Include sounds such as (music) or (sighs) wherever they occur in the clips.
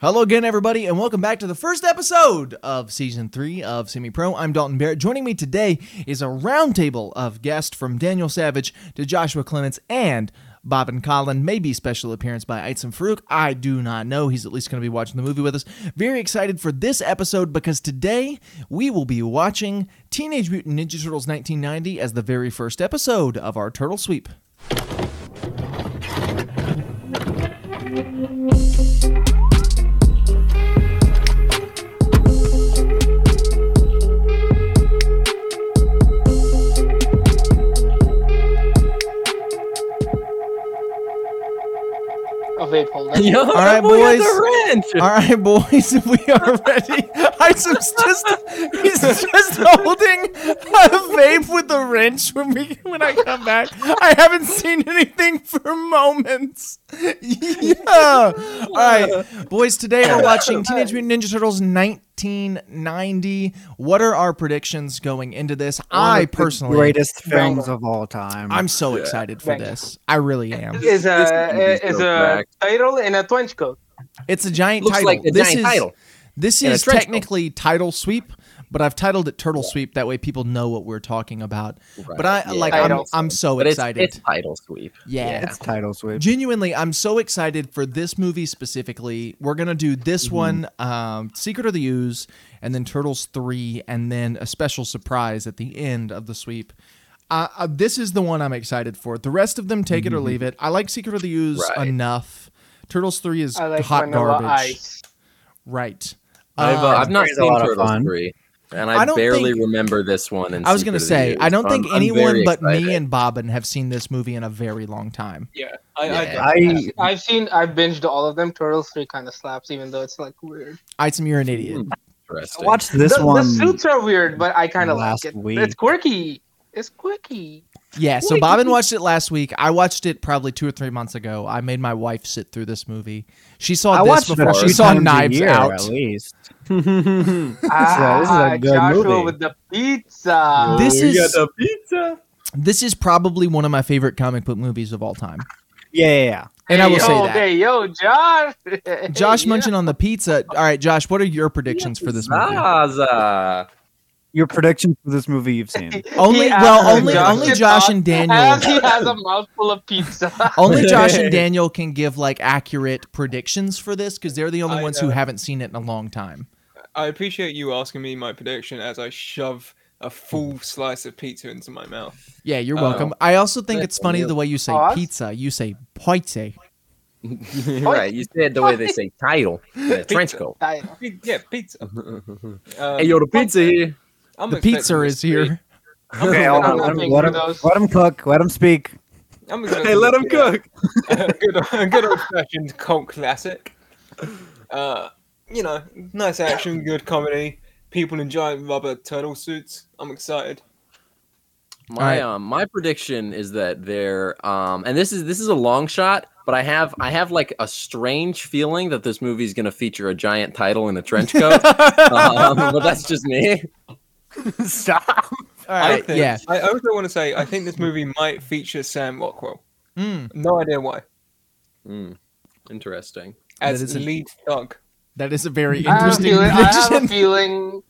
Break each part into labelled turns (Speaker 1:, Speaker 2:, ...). Speaker 1: Hello again, everybody, and welcome back to the first episode of season three of Semi Pro. I'm Dalton Barrett. Joining me today is a roundtable of guests from Daniel Savage to Joshua Clements and Bob and Colin. Maybe special appearance by Aitzen Farouk. I do not know. He's at least going to be watching the movie with us. Very excited for this episode because today we will be watching Teenage Mutant Ninja Turtles 1990 as the very first episode of our Turtle Sweep.
Speaker 2: Oh wait, (laughs) hold on.
Speaker 3: (laughs) Yo,
Speaker 1: All right,
Speaker 3: that boy had
Speaker 1: boys.
Speaker 3: the wrench.
Speaker 1: All right, boys, (laughs) we are ready. Isom's just he's just holding a vape with a wrench when we when I come back. I haven't seen anything for moments. Yeah. All right, boys, today we're watching Teenage Mutant Ninja Turtles 1990. What are our predictions going into this?
Speaker 4: One
Speaker 1: I
Speaker 4: of the
Speaker 1: personally
Speaker 4: greatest films of all time.
Speaker 1: I'm so excited for
Speaker 2: Right.
Speaker 1: this. I really am.
Speaker 2: Is
Speaker 3: This
Speaker 2: a eh,
Speaker 3: movie's
Speaker 2: is
Speaker 3: so
Speaker 2: a
Speaker 3: cracked.
Speaker 2: title and a trench coat.
Speaker 1: It's a giant
Speaker 3: Looks
Speaker 1: title.
Speaker 3: like a
Speaker 1: this
Speaker 3: giant
Speaker 1: is,
Speaker 3: title.
Speaker 1: This
Speaker 3: And a
Speaker 1: is
Speaker 3: trench coat.
Speaker 1: technically title sweep, but I've titled it turtle sweep. That way, people know what we're talking about. But I
Speaker 3: Yeah.
Speaker 1: like I'm,
Speaker 2: Title
Speaker 1: I'm so
Speaker 3: But it's,
Speaker 1: excited.
Speaker 3: it's title sweep.
Speaker 1: yeah.
Speaker 4: It's title switch.
Speaker 1: Genuinely, I'm so excited for this movie specifically. We're gonna do this
Speaker 3: Mm-hmm.
Speaker 1: one, um, Secret of the Ooze, and then Turtles three, and then a special surprise at the end of the sweep. Uh, uh, this is the one I'm excited for. The rest of them, take it or leave it. I like Secret of the Ooze
Speaker 3: Mm-hmm. Right.
Speaker 1: enough. Turtles three is
Speaker 2: I like
Speaker 1: hot
Speaker 2: vanilla
Speaker 1: garbage,
Speaker 2: ice.
Speaker 1: right?
Speaker 3: I've, uh,
Speaker 1: Um,
Speaker 3: I've not
Speaker 4: It's a
Speaker 3: seen
Speaker 4: lot of
Speaker 3: Turtles
Speaker 4: fun.
Speaker 3: three, and
Speaker 1: I
Speaker 3: I,
Speaker 1: don't
Speaker 3: barely
Speaker 1: think-
Speaker 3: remember this one. And
Speaker 1: I was gonna say, I don't think anyone but me and Bobbin have seen this movie in a very long time.
Speaker 2: Yeah, I,
Speaker 3: Yeah.
Speaker 4: I
Speaker 2: I have seen I've binged all of them. Turtles three kind of slaps, even though it's like weird.
Speaker 1: Item, you're an idiot.
Speaker 4: Hmm.
Speaker 3: Interesting.
Speaker 4: watched this
Speaker 2: the, the
Speaker 4: one.
Speaker 2: suits are weird, but I kind of like
Speaker 4: last
Speaker 2: it.
Speaker 4: week.
Speaker 2: It's quirky.
Speaker 1: (laughs)
Speaker 2: It's quirky.
Speaker 1: Yeah, so
Speaker 2: Wait.
Speaker 1: Bobbin watched it last week. I watched it probably two or three months ago. I made my wife sit through this movie. She saw
Speaker 4: I
Speaker 1: this
Speaker 4: watched it
Speaker 1: before
Speaker 4: a
Speaker 1: she
Speaker 4: few
Speaker 1: saw
Speaker 4: times a
Speaker 1: Knives
Speaker 4: year,
Speaker 1: Out.
Speaker 4: at
Speaker 3: (laughs)
Speaker 4: least.
Speaker 2: ah,
Speaker 4: this is a good
Speaker 2: Joshua
Speaker 4: movie.
Speaker 2: with the pizza.
Speaker 1: This
Speaker 3: Oh, we
Speaker 1: is-
Speaker 3: got the pizza.
Speaker 1: This is probably one of my favorite comic book movies of all time.
Speaker 4: Yeah, yeah, yeah.
Speaker 1: And I
Speaker 2: Hey,
Speaker 1: will say
Speaker 2: yo,
Speaker 1: that.
Speaker 2: Hey, yo, Josh.
Speaker 1: Josh
Speaker 2: (laughs) Yeah.
Speaker 1: mentioned on the pizza. All right, Josh, what are your predictions for this movie?
Speaker 3: (laughs) Zaza.
Speaker 4: Your prediction for this movie you've seen.
Speaker 1: Only-
Speaker 2: He asked
Speaker 1: well,
Speaker 2: if
Speaker 1: only- only
Speaker 2: could
Speaker 1: Josh
Speaker 2: talk
Speaker 1: and Daniel. Oh.
Speaker 2: As (laughs) he has a mouthful of pizza.
Speaker 1: (laughs)
Speaker 5: (laughs)
Speaker 1: Only Josh and Daniel can give like accurate predictions for this because they're the only
Speaker 5: I
Speaker 1: ones who
Speaker 5: know.
Speaker 1: haven't seen it in a long time.
Speaker 5: I appreciate you asking me my prediction as I shove a
Speaker 1: Hmm.
Speaker 5: full slice of pizza into my mouth.
Speaker 1: Yeah, you're
Speaker 5: Oh.
Speaker 1: welcome. I also think it's
Speaker 3: That's
Speaker 1: funny
Speaker 3: real.
Speaker 1: the way you say
Speaker 2: Pause.
Speaker 1: pizza. You say pizza.
Speaker 3: right, you said the way they say title, uh, in a trench
Speaker 5: Pizza.
Speaker 3: coat.
Speaker 2: Daniel.
Speaker 5: Pi- Yeah, pizza.
Speaker 3: hey,
Speaker 5: Um,
Speaker 3: yo, the pizza here.
Speaker 5: I'm
Speaker 1: The
Speaker 5: expecting
Speaker 1: pizza
Speaker 5: this
Speaker 1: is
Speaker 5: to
Speaker 1: (laughs)
Speaker 5: be-
Speaker 1: here.
Speaker 3: (laughs)
Speaker 5: I'm
Speaker 4: Okay,
Speaker 5: expecting
Speaker 4: hold
Speaker 2: I'm not
Speaker 4: on. Let him,
Speaker 2: making
Speaker 4: let, him,
Speaker 2: those.
Speaker 4: let him cook. Let him speak.
Speaker 1: (laughs)
Speaker 5: I'm expecting
Speaker 3: Hey, let
Speaker 5: this
Speaker 3: him
Speaker 5: to be
Speaker 3: cook.
Speaker 5: (laughs) a- a good, a good old-fashioned cult classic. Uh, you know, nice action, good comedy. People in giant rubber turtle suits. I'm excited.
Speaker 3: My
Speaker 1: Alright.
Speaker 3: um, my prediction is that they're um, and this is this is a long shot, but I have I have like a strange feeling that this movie's gonna feature a giant title in a trench
Speaker 5: Oh.
Speaker 3: coat. (laughs)
Speaker 5: Uh-huh.
Speaker 3: um, but that's just me.
Speaker 4: Stop.
Speaker 1: All right,
Speaker 5: I think,
Speaker 1: yeah.
Speaker 5: I also want to say I think this movie might feature Sam Rockwell.
Speaker 1: Mm,
Speaker 5: No idea why.
Speaker 3: Mm, interesting.
Speaker 5: As
Speaker 1: That is a-
Speaker 5: lead thug.
Speaker 1: that is a very
Speaker 2: I have a
Speaker 1: interesting
Speaker 2: feeling. I have a
Speaker 1: prediction.
Speaker 2: feeling.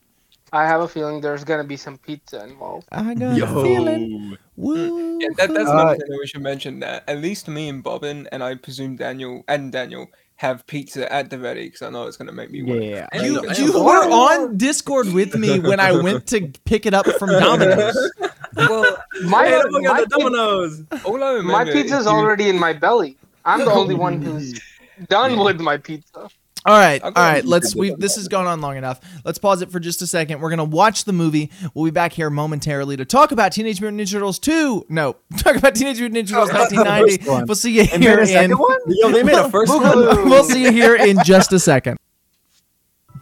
Speaker 2: I have a feeling there's gonna be some pizza involved.
Speaker 1: (laughs) I got a feeling. Woo.
Speaker 5: Mm. Yeah, that, that's
Speaker 4: Uh,
Speaker 5: another thing that we should mention. That at least me and Bobbin, and I presume Daniel and Daniel have pizza at the ready because I know it's going to make me. want it.
Speaker 4: Yeah.
Speaker 3: I
Speaker 1: you
Speaker 3: know- I
Speaker 1: you
Speaker 3: know.
Speaker 1: were on Discord with me when I went to pick it up from
Speaker 5: (laughs)
Speaker 1: Domino's.
Speaker 5: Well,
Speaker 2: My,
Speaker 3: Hey, look at
Speaker 2: my,
Speaker 3: the dominoes.
Speaker 5: all I remember
Speaker 2: my pizza's (laughs)
Speaker 5: is you-
Speaker 2: already in my belly. I'm the only one who's done
Speaker 3: Yeah.
Speaker 2: with my pizza.
Speaker 1: All right, all
Speaker 5: I've got
Speaker 1: right.
Speaker 3: a-
Speaker 1: Let's. We this has gone on long enough. Let's pause it for just a second. We're gonna watch the movie. We'll be back here momentarily to talk about Teenage Mutant Ninja Turtles two. No, (laughs) talk about Teenage Mutant Ninja Turtles
Speaker 3: (laughs)
Speaker 4: Oh, I thought the
Speaker 1: 1990.
Speaker 4: first one.
Speaker 1: We'll see you
Speaker 4: And then
Speaker 1: here
Speaker 4: a second
Speaker 1: in.
Speaker 4: one?
Speaker 3: Yo, they
Speaker 4: (laughs)
Speaker 3: made a first one.
Speaker 2: one?
Speaker 1: we'll see you here in just a second.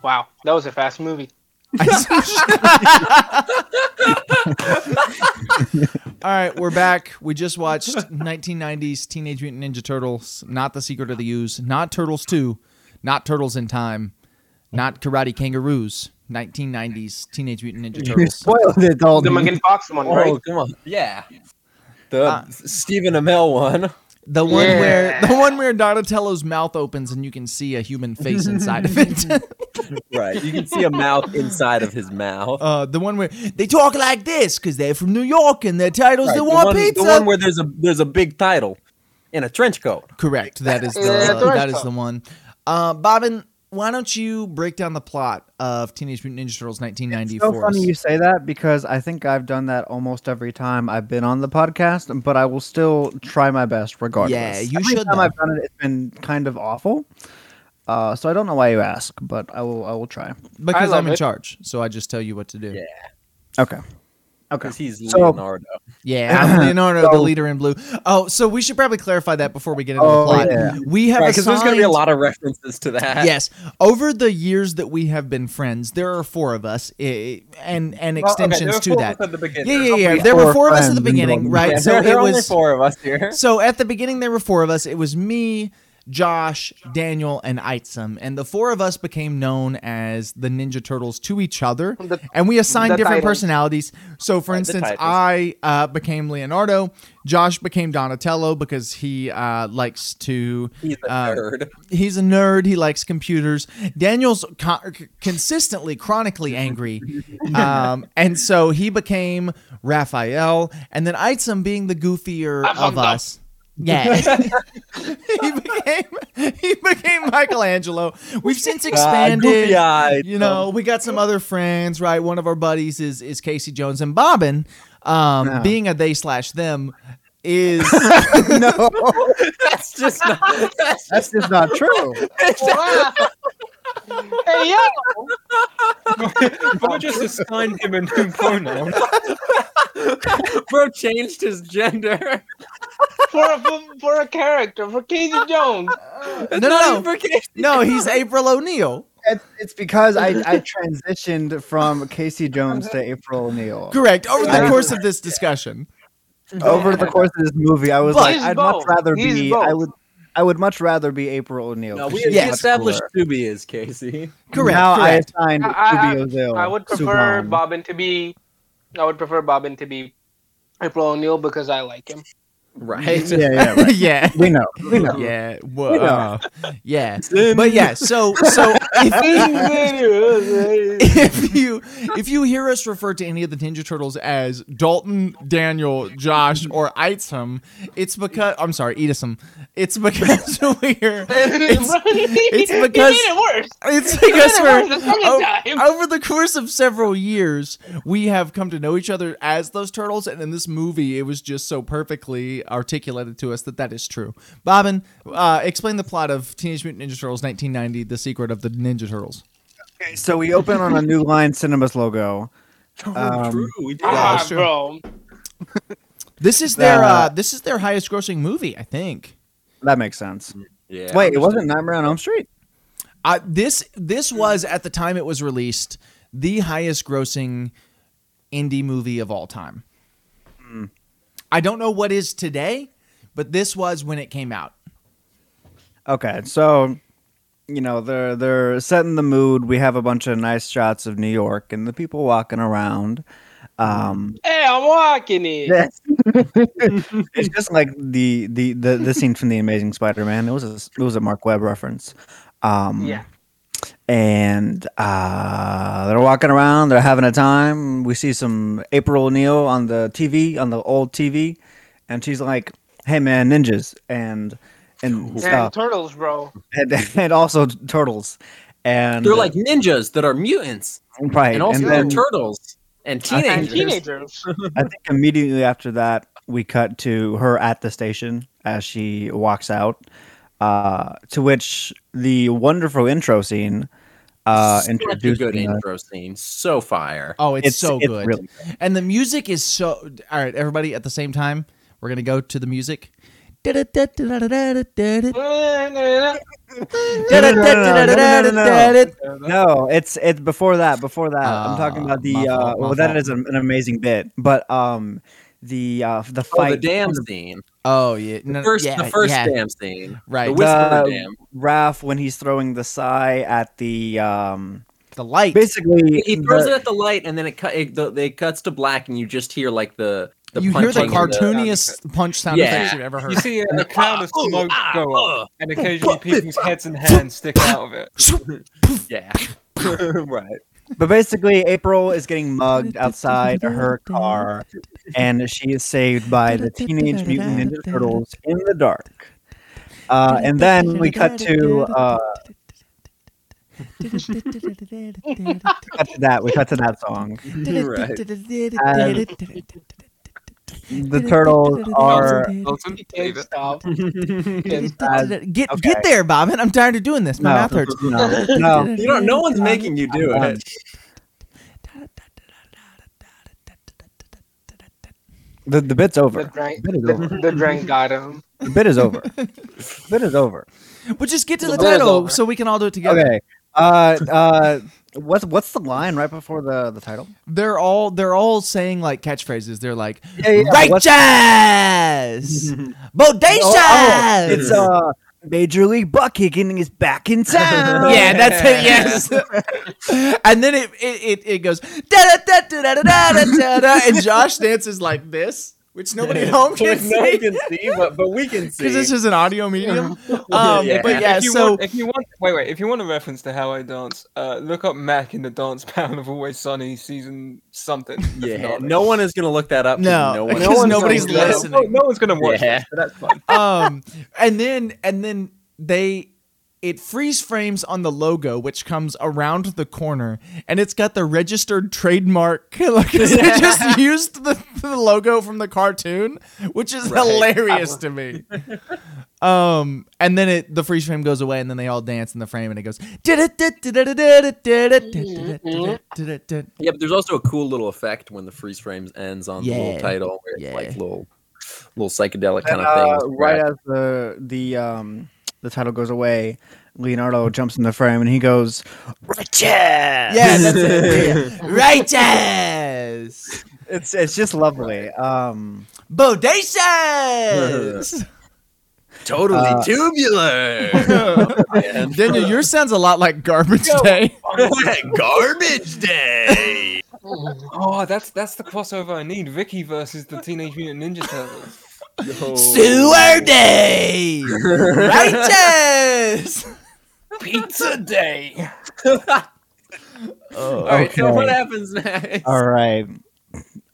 Speaker 2: Wow, that was a fast movie.
Speaker 1: (laughs) All right, we're back. We just watched 1990s Teenage Mutant Ninja Turtles, not The Secret of the Ooze, not Turtles 2, not Turtles in Time, not Karate Kangaroos, 1990s Teenage Mutant Ninja
Speaker 4: You
Speaker 1: Turtles.
Speaker 4: spoiled it, Dalton.
Speaker 2: The McGinn Fox one, right?
Speaker 3: Oh, come on. Yeah. Oh, The
Speaker 1: Uh,
Speaker 3: Stephen Amell one.
Speaker 1: The one
Speaker 2: Yeah.
Speaker 1: where the one where Donatello's mouth opens and you can see a human face inside of
Speaker 3: (laughs)
Speaker 1: it.
Speaker 3: Right. You can see a mouth inside of his
Speaker 1: (laughs)
Speaker 3: mouth.
Speaker 1: uh, the one where they talk like this because they're from New York and their titles
Speaker 3: Right,
Speaker 1: they want
Speaker 3: one,
Speaker 1: pizza.
Speaker 3: The one where there's a there's a big title in a trench coat.
Speaker 1: Correct. That is the
Speaker 2: Yeah, that's right,
Speaker 1: that is
Speaker 2: Tom.
Speaker 1: the one. Uh, Bobbin, why don't you break down the plot of Teenage Mutant Ninja Turtles 1994?
Speaker 4: So funny you say that because I think I've done that almost every time I've been on the podcast, but I will still try my best regardless.
Speaker 1: Yeah, you
Speaker 4: every
Speaker 1: should,
Speaker 4: Time
Speaker 1: though.
Speaker 4: I've done it, it's been kind of awful. Uh, so I don't know why you ask, but I will. I will try.
Speaker 1: because
Speaker 2: I
Speaker 1: I'm
Speaker 2: love
Speaker 1: in
Speaker 2: it.
Speaker 1: charge, so I just tell you what to do.
Speaker 3: Yeah.
Speaker 4: Okay. Okay.
Speaker 3: Because he's
Speaker 4: So-
Speaker 3: Leonardo.
Speaker 1: Yeah, I'm Leonardo, the
Speaker 4: So-
Speaker 1: leader in blue. Oh, so we should probably clarify that before we get into
Speaker 4: Oh,
Speaker 1: the plot.
Speaker 4: yeah.
Speaker 1: We have
Speaker 3: Right, because there's gonna be a
Speaker 1: assigned-
Speaker 3: lot of references to that. (laughs)
Speaker 1: Yes, over the years that we have been friends, there are four of us, eh, and and extensions to that.
Speaker 5: At the beginning.
Speaker 1: Yeah, yeah, yeah.
Speaker 4: only
Speaker 1: There were
Speaker 4: four
Speaker 1: four of us at the
Speaker 4: friends
Speaker 1: beginning,
Speaker 4: involved.
Speaker 1: right?
Speaker 3: Yeah,
Speaker 1: so
Speaker 3: there, there
Speaker 1: it
Speaker 3: are only
Speaker 1: was
Speaker 3: four of us here.
Speaker 1: So at the beginning, there were four of us. It was me, Josh, Daniel, and Itzum. And the four of us became known as the Ninja Turtles to each other.
Speaker 2: The-
Speaker 1: and we assigned
Speaker 2: the
Speaker 1: different
Speaker 2: titles.
Speaker 1: personalities. So, for
Speaker 3: Right, the
Speaker 1: instance,
Speaker 3: titles.
Speaker 1: I uh, became Leonardo. Josh became Donatello because he uh, likes to.
Speaker 3: (laughs) He's a
Speaker 1: uh,
Speaker 3: nerd.
Speaker 1: He's a nnerd. He likes computers. Daniel's con- consistently, chronically
Speaker 3: (laughs)
Speaker 1: angry, um, and so he became Raphael. And then Itzum, being the goofier
Speaker 2: I'm
Speaker 1: of
Speaker 2: hung up.
Speaker 1: us, yeah, (laughs) he became he became Michelangelo. We've
Speaker 3: Uh,
Speaker 1: since expanded.
Speaker 3: (laughs) goofy-eyed.
Speaker 1: you know, we got some other friends, right? One of our buddies is is Casey Jones and Bobbin. Um,
Speaker 4: No.
Speaker 1: Being a they slash them
Speaker 3: (laughs)
Speaker 1: is
Speaker 4: (laughs) no,
Speaker 3: That's just not. (laughs) That's
Speaker 4: that's just not true.
Speaker 2: Wow. (laughs) hey, yo!
Speaker 5: Bro just assigned him a
Speaker 1: (laughs)
Speaker 5: new pronoun.
Speaker 3: bro changed his gender.
Speaker 2: For a, for, for a character, for Casey Jones.
Speaker 1: no,
Speaker 3: It's
Speaker 1: no,
Speaker 3: (laughs) not
Speaker 1: no.
Speaker 3: even for kids. (laughs)
Speaker 1: no. He's April O'Neil.
Speaker 4: It's, it's because I, (laughs) I transitioned from Casey Jones to April O'Neil.
Speaker 1: Correct. Over the
Speaker 4: Yeah.
Speaker 1: course of this discussion.
Speaker 4: Over the course of this movie, I was
Speaker 1: But-
Speaker 4: like,
Speaker 2: He's
Speaker 4: I'd much
Speaker 2: both.
Speaker 4: rather
Speaker 2: He's
Speaker 4: be.
Speaker 2: both.
Speaker 4: I would. I would much rather be April O'Neil.
Speaker 3: No,
Speaker 4: 'cause
Speaker 3: we,
Speaker 4: she's
Speaker 3: we
Speaker 1: Yes.
Speaker 4: much
Speaker 3: established
Speaker 4: cooler.
Speaker 3: Tubi is Casey.
Speaker 1: Correct.
Speaker 4: Now (laughs)
Speaker 1: correct.
Speaker 4: I assigned
Speaker 2: I-
Speaker 4: to be Ozil.
Speaker 2: I would prefer
Speaker 4: Subhaan.
Speaker 2: Bobbin to be. I would prefer Bobbin to be April O'Neil because I like him.
Speaker 3: Right.
Speaker 4: Yeah, yeah, right.
Speaker 1: yeah.
Speaker 4: we know. We
Speaker 2: (laughs)
Speaker 4: know.
Speaker 1: (laughs) Yeah.
Speaker 4: You
Speaker 1: Well,
Speaker 4: know.
Speaker 1: uh, yeah. But yeah, so so if, if you if you hear us refer to any of the Ninja Turtles as Dalton, Daniel, Josh, or Itzum, it's because I'm sorry, Edisum. It's because (laughs) we're
Speaker 2: (laughs)
Speaker 1: it's
Speaker 2: You
Speaker 1: because-
Speaker 2: made it worse.
Speaker 1: it's
Speaker 2: You
Speaker 1: (laughs)
Speaker 2: made
Speaker 1: because
Speaker 2: it worse the second
Speaker 1: we're oh,
Speaker 2: time.
Speaker 1: o- (laughs) over the course of several years we have come to know each other as those turtles, and in this movie it was just so perfectly articulated to us that that is true. Bobbin, uh, explain the plot of Teenage Mutant Ninja Turtles 1990: The Secret of the Ninja Turtles.
Speaker 4: Okay, so we open on a New Line Cinemas logo. Um,
Speaker 3: True. We did.
Speaker 1: Yeah,
Speaker 2: Ah,
Speaker 1: that's true.
Speaker 2: bro.
Speaker 1: This is their uh,
Speaker 4: Uh,
Speaker 1: this is their highest grossing movie, I think.
Speaker 4: That makes sense.
Speaker 3: (laughs) Yeah.
Speaker 4: Wait, it wasn't Nightmare on Elm Street?
Speaker 1: Uh, this this was at the time it was released the highest grossing indie movie of all time. I don't know what is today, but this was when it came out.
Speaker 4: Okay, so you know they're they're setting the mood. We have a bunch of nice shots of New York and the people walking around. Um,
Speaker 2: Hey, I'm walking it.
Speaker 4: (laughs) it's just like the, the the the scene from the Amazing Spider-Man. It was a it was a Mark Webb reference. Um,
Speaker 2: Yeah.
Speaker 4: and uh, they're walking around. They're having a time. We see some April O'Neil on the TV, on the old TV, and she's like, "Hey, man, ninjas and and
Speaker 2: And
Speaker 4: stuff,
Speaker 2: turtles, bro.
Speaker 4: and, (laughs) and also turtles." And
Speaker 3: They're like ninjas that are mutants,
Speaker 4: right,
Speaker 3: and also
Speaker 4: and
Speaker 3: they're
Speaker 4: then
Speaker 3: turtles and
Speaker 4: think-
Speaker 2: And
Speaker 3: teenagers.
Speaker 2: teenagers.
Speaker 4: I think immediately after that, we cut to her at the station as she walks out. Uh, to which the wonderful intro scene uh,
Speaker 3: Such a
Speaker 4: introduced
Speaker 3: good
Speaker 4: us.
Speaker 3: intro scene. So fire.
Speaker 1: Oh, it's,
Speaker 4: It's-
Speaker 1: so
Speaker 4: it's
Speaker 1: good.
Speaker 4: really
Speaker 1: and the music is so All right, everybody at the same time, we're going to go to the
Speaker 4: (laughs)
Speaker 1: music. Oh,
Speaker 4: No, it's it's before that. Before that, I'm talking
Speaker 1: Ah,
Speaker 4: about the.
Speaker 1: my
Speaker 4: uh,
Speaker 1: fault, my
Speaker 4: well, that
Speaker 1: fault.
Speaker 4: is an, an amazing bit, but um, the uh, the
Speaker 3: Oh, the
Speaker 4: fight.
Speaker 3: dam scene.
Speaker 1: Oh yeah. No, no,
Speaker 3: First,
Speaker 1: yeah,
Speaker 3: the first
Speaker 1: yeah.
Speaker 3: dam scene.
Speaker 1: Right.
Speaker 3: The whisper
Speaker 4: The-
Speaker 3: dam.
Speaker 4: Raph when he's throwing the sigh at the um,
Speaker 1: The light.
Speaker 4: basically
Speaker 3: He throws
Speaker 4: the-
Speaker 3: it at the light, and then it, cut. it the, it cuts to black, and you just hear like the the
Speaker 1: you hear the
Speaker 3: punching and
Speaker 1: cartooniest punch sound
Speaker 3: Yeah.
Speaker 1: effects you've ever heard.
Speaker 5: You see a,
Speaker 3: (laughs)
Speaker 1: (laughs)
Speaker 5: a cloud of
Speaker 3: Ah, ooh,
Speaker 5: smoke
Speaker 3: ah,
Speaker 5: go up,
Speaker 3: uh.
Speaker 5: and occasionally people's heads and hands stick out of it.
Speaker 3: yeah. right.
Speaker 4: But basically, April is getting mugged outside her car, and she is saved by the Teenage Mutant Ninja Turtles in the dark. Uh, and then we cut to uh, cut to that. We cut to that song. The turtles are
Speaker 1: (laughs)
Speaker 5: Elton, leave it.
Speaker 2: Stop.
Speaker 4: uh,
Speaker 1: Get
Speaker 4: okay.
Speaker 1: get there, Bobbin. I'm tired of doing this. My
Speaker 4: No.
Speaker 1: mouth hurts.
Speaker 4: (laughs) no, no. Um,
Speaker 3: You don't. No one's making you do
Speaker 4: I'm
Speaker 3: it.
Speaker 4: The, the bit's
Speaker 2: The
Speaker 4: over.
Speaker 2: drank,
Speaker 4: Bit is over.
Speaker 2: the, the drank got him.
Speaker 4: The bit is over. The bit
Speaker 1: (laughs)
Speaker 4: is over.
Speaker 1: (laughs) But just get to the
Speaker 2: The ball's
Speaker 1: title
Speaker 2: over.
Speaker 1: so we can all do it together.
Speaker 4: Okay. Uh, uh, what's what's the line right before the the title?
Speaker 1: They're all they're all saying like catchphrases. They're like
Speaker 4: Yeah, yeah, uh, what's- (laughs)
Speaker 1: righteous, bodacious.
Speaker 4: Oh, oh, it's uh, Major League Buck kicking is back (laughs) in town.
Speaker 1: yeah, that's it. Yes. (laughs) and then it it, it, it goes da da da da da da da da da, and Josh dances like this, which
Speaker 3: (laughs)
Speaker 1: nobody at home can
Speaker 3: Which no
Speaker 1: (laughs)
Speaker 3: one
Speaker 1: see
Speaker 3: can see, but but
Speaker 1: (laughs)
Speaker 3: we can see.
Speaker 1: because this is an audio medium. Um,
Speaker 3: Yeah.
Speaker 1: But yeah,
Speaker 5: if you
Speaker 1: so
Speaker 5: want, if you want, wait, wait. If you want a reference to how I dance, uh, look up Mac in the dance (laughs) panel of Always Sunny season something.
Speaker 3: yeah.
Speaker 5: finale.
Speaker 3: No one is gonna look that up. 'cause
Speaker 1: No, (laughs)
Speaker 3: No one.
Speaker 1: because
Speaker 5: one's
Speaker 1: nobody's
Speaker 5: gonna-
Speaker 1: listening.
Speaker 5: No, no one's gonna watch.
Speaker 3: Yeah.
Speaker 5: It, so that's fine.
Speaker 1: um and then and then they it freeze frames on the logo which comes around the corner and it's got the registered trademark like they just used the, the logo from the cartoon which is
Speaker 3: Right.
Speaker 1: hilarious to me um and then it the freeze frame goes away and then they all dance in the frame and it goes
Speaker 3: Yeah, but there's also a cool little effect when the freeze frames ends on the
Speaker 1: Yeah.
Speaker 3: little title, where it's
Speaker 1: Yeah.
Speaker 3: like little, little psychedelic kind
Speaker 4: And,
Speaker 3: of
Speaker 4: uh,
Speaker 3: thing.
Speaker 4: right as the the um the title goes away, Leonardo jumps in the frame and he goes, "Righteous."
Speaker 1: yeah
Speaker 4: (laughs)
Speaker 1: that's it Yeah. righteous
Speaker 4: it's it's just lovely. Um,
Speaker 1: Bodacious!
Speaker 3: totally
Speaker 4: uh,
Speaker 1: (laughs)
Speaker 3: tubular.
Speaker 1: Daniel,
Speaker 3: (laughs)
Speaker 1: yours sounds a lot like garbage day.
Speaker 3: Garbage day.
Speaker 5: Oh, that's that's the crossover I need. Ricky versus the Teenage Mutant Ninja Turtles.
Speaker 3: oh.
Speaker 1: Sewer day!
Speaker 4: (laughs)
Speaker 1: Righteous!
Speaker 5: Pizza Day.
Speaker 3: All right, so
Speaker 4: Oh, Okay.
Speaker 3: what happens next?
Speaker 4: all right.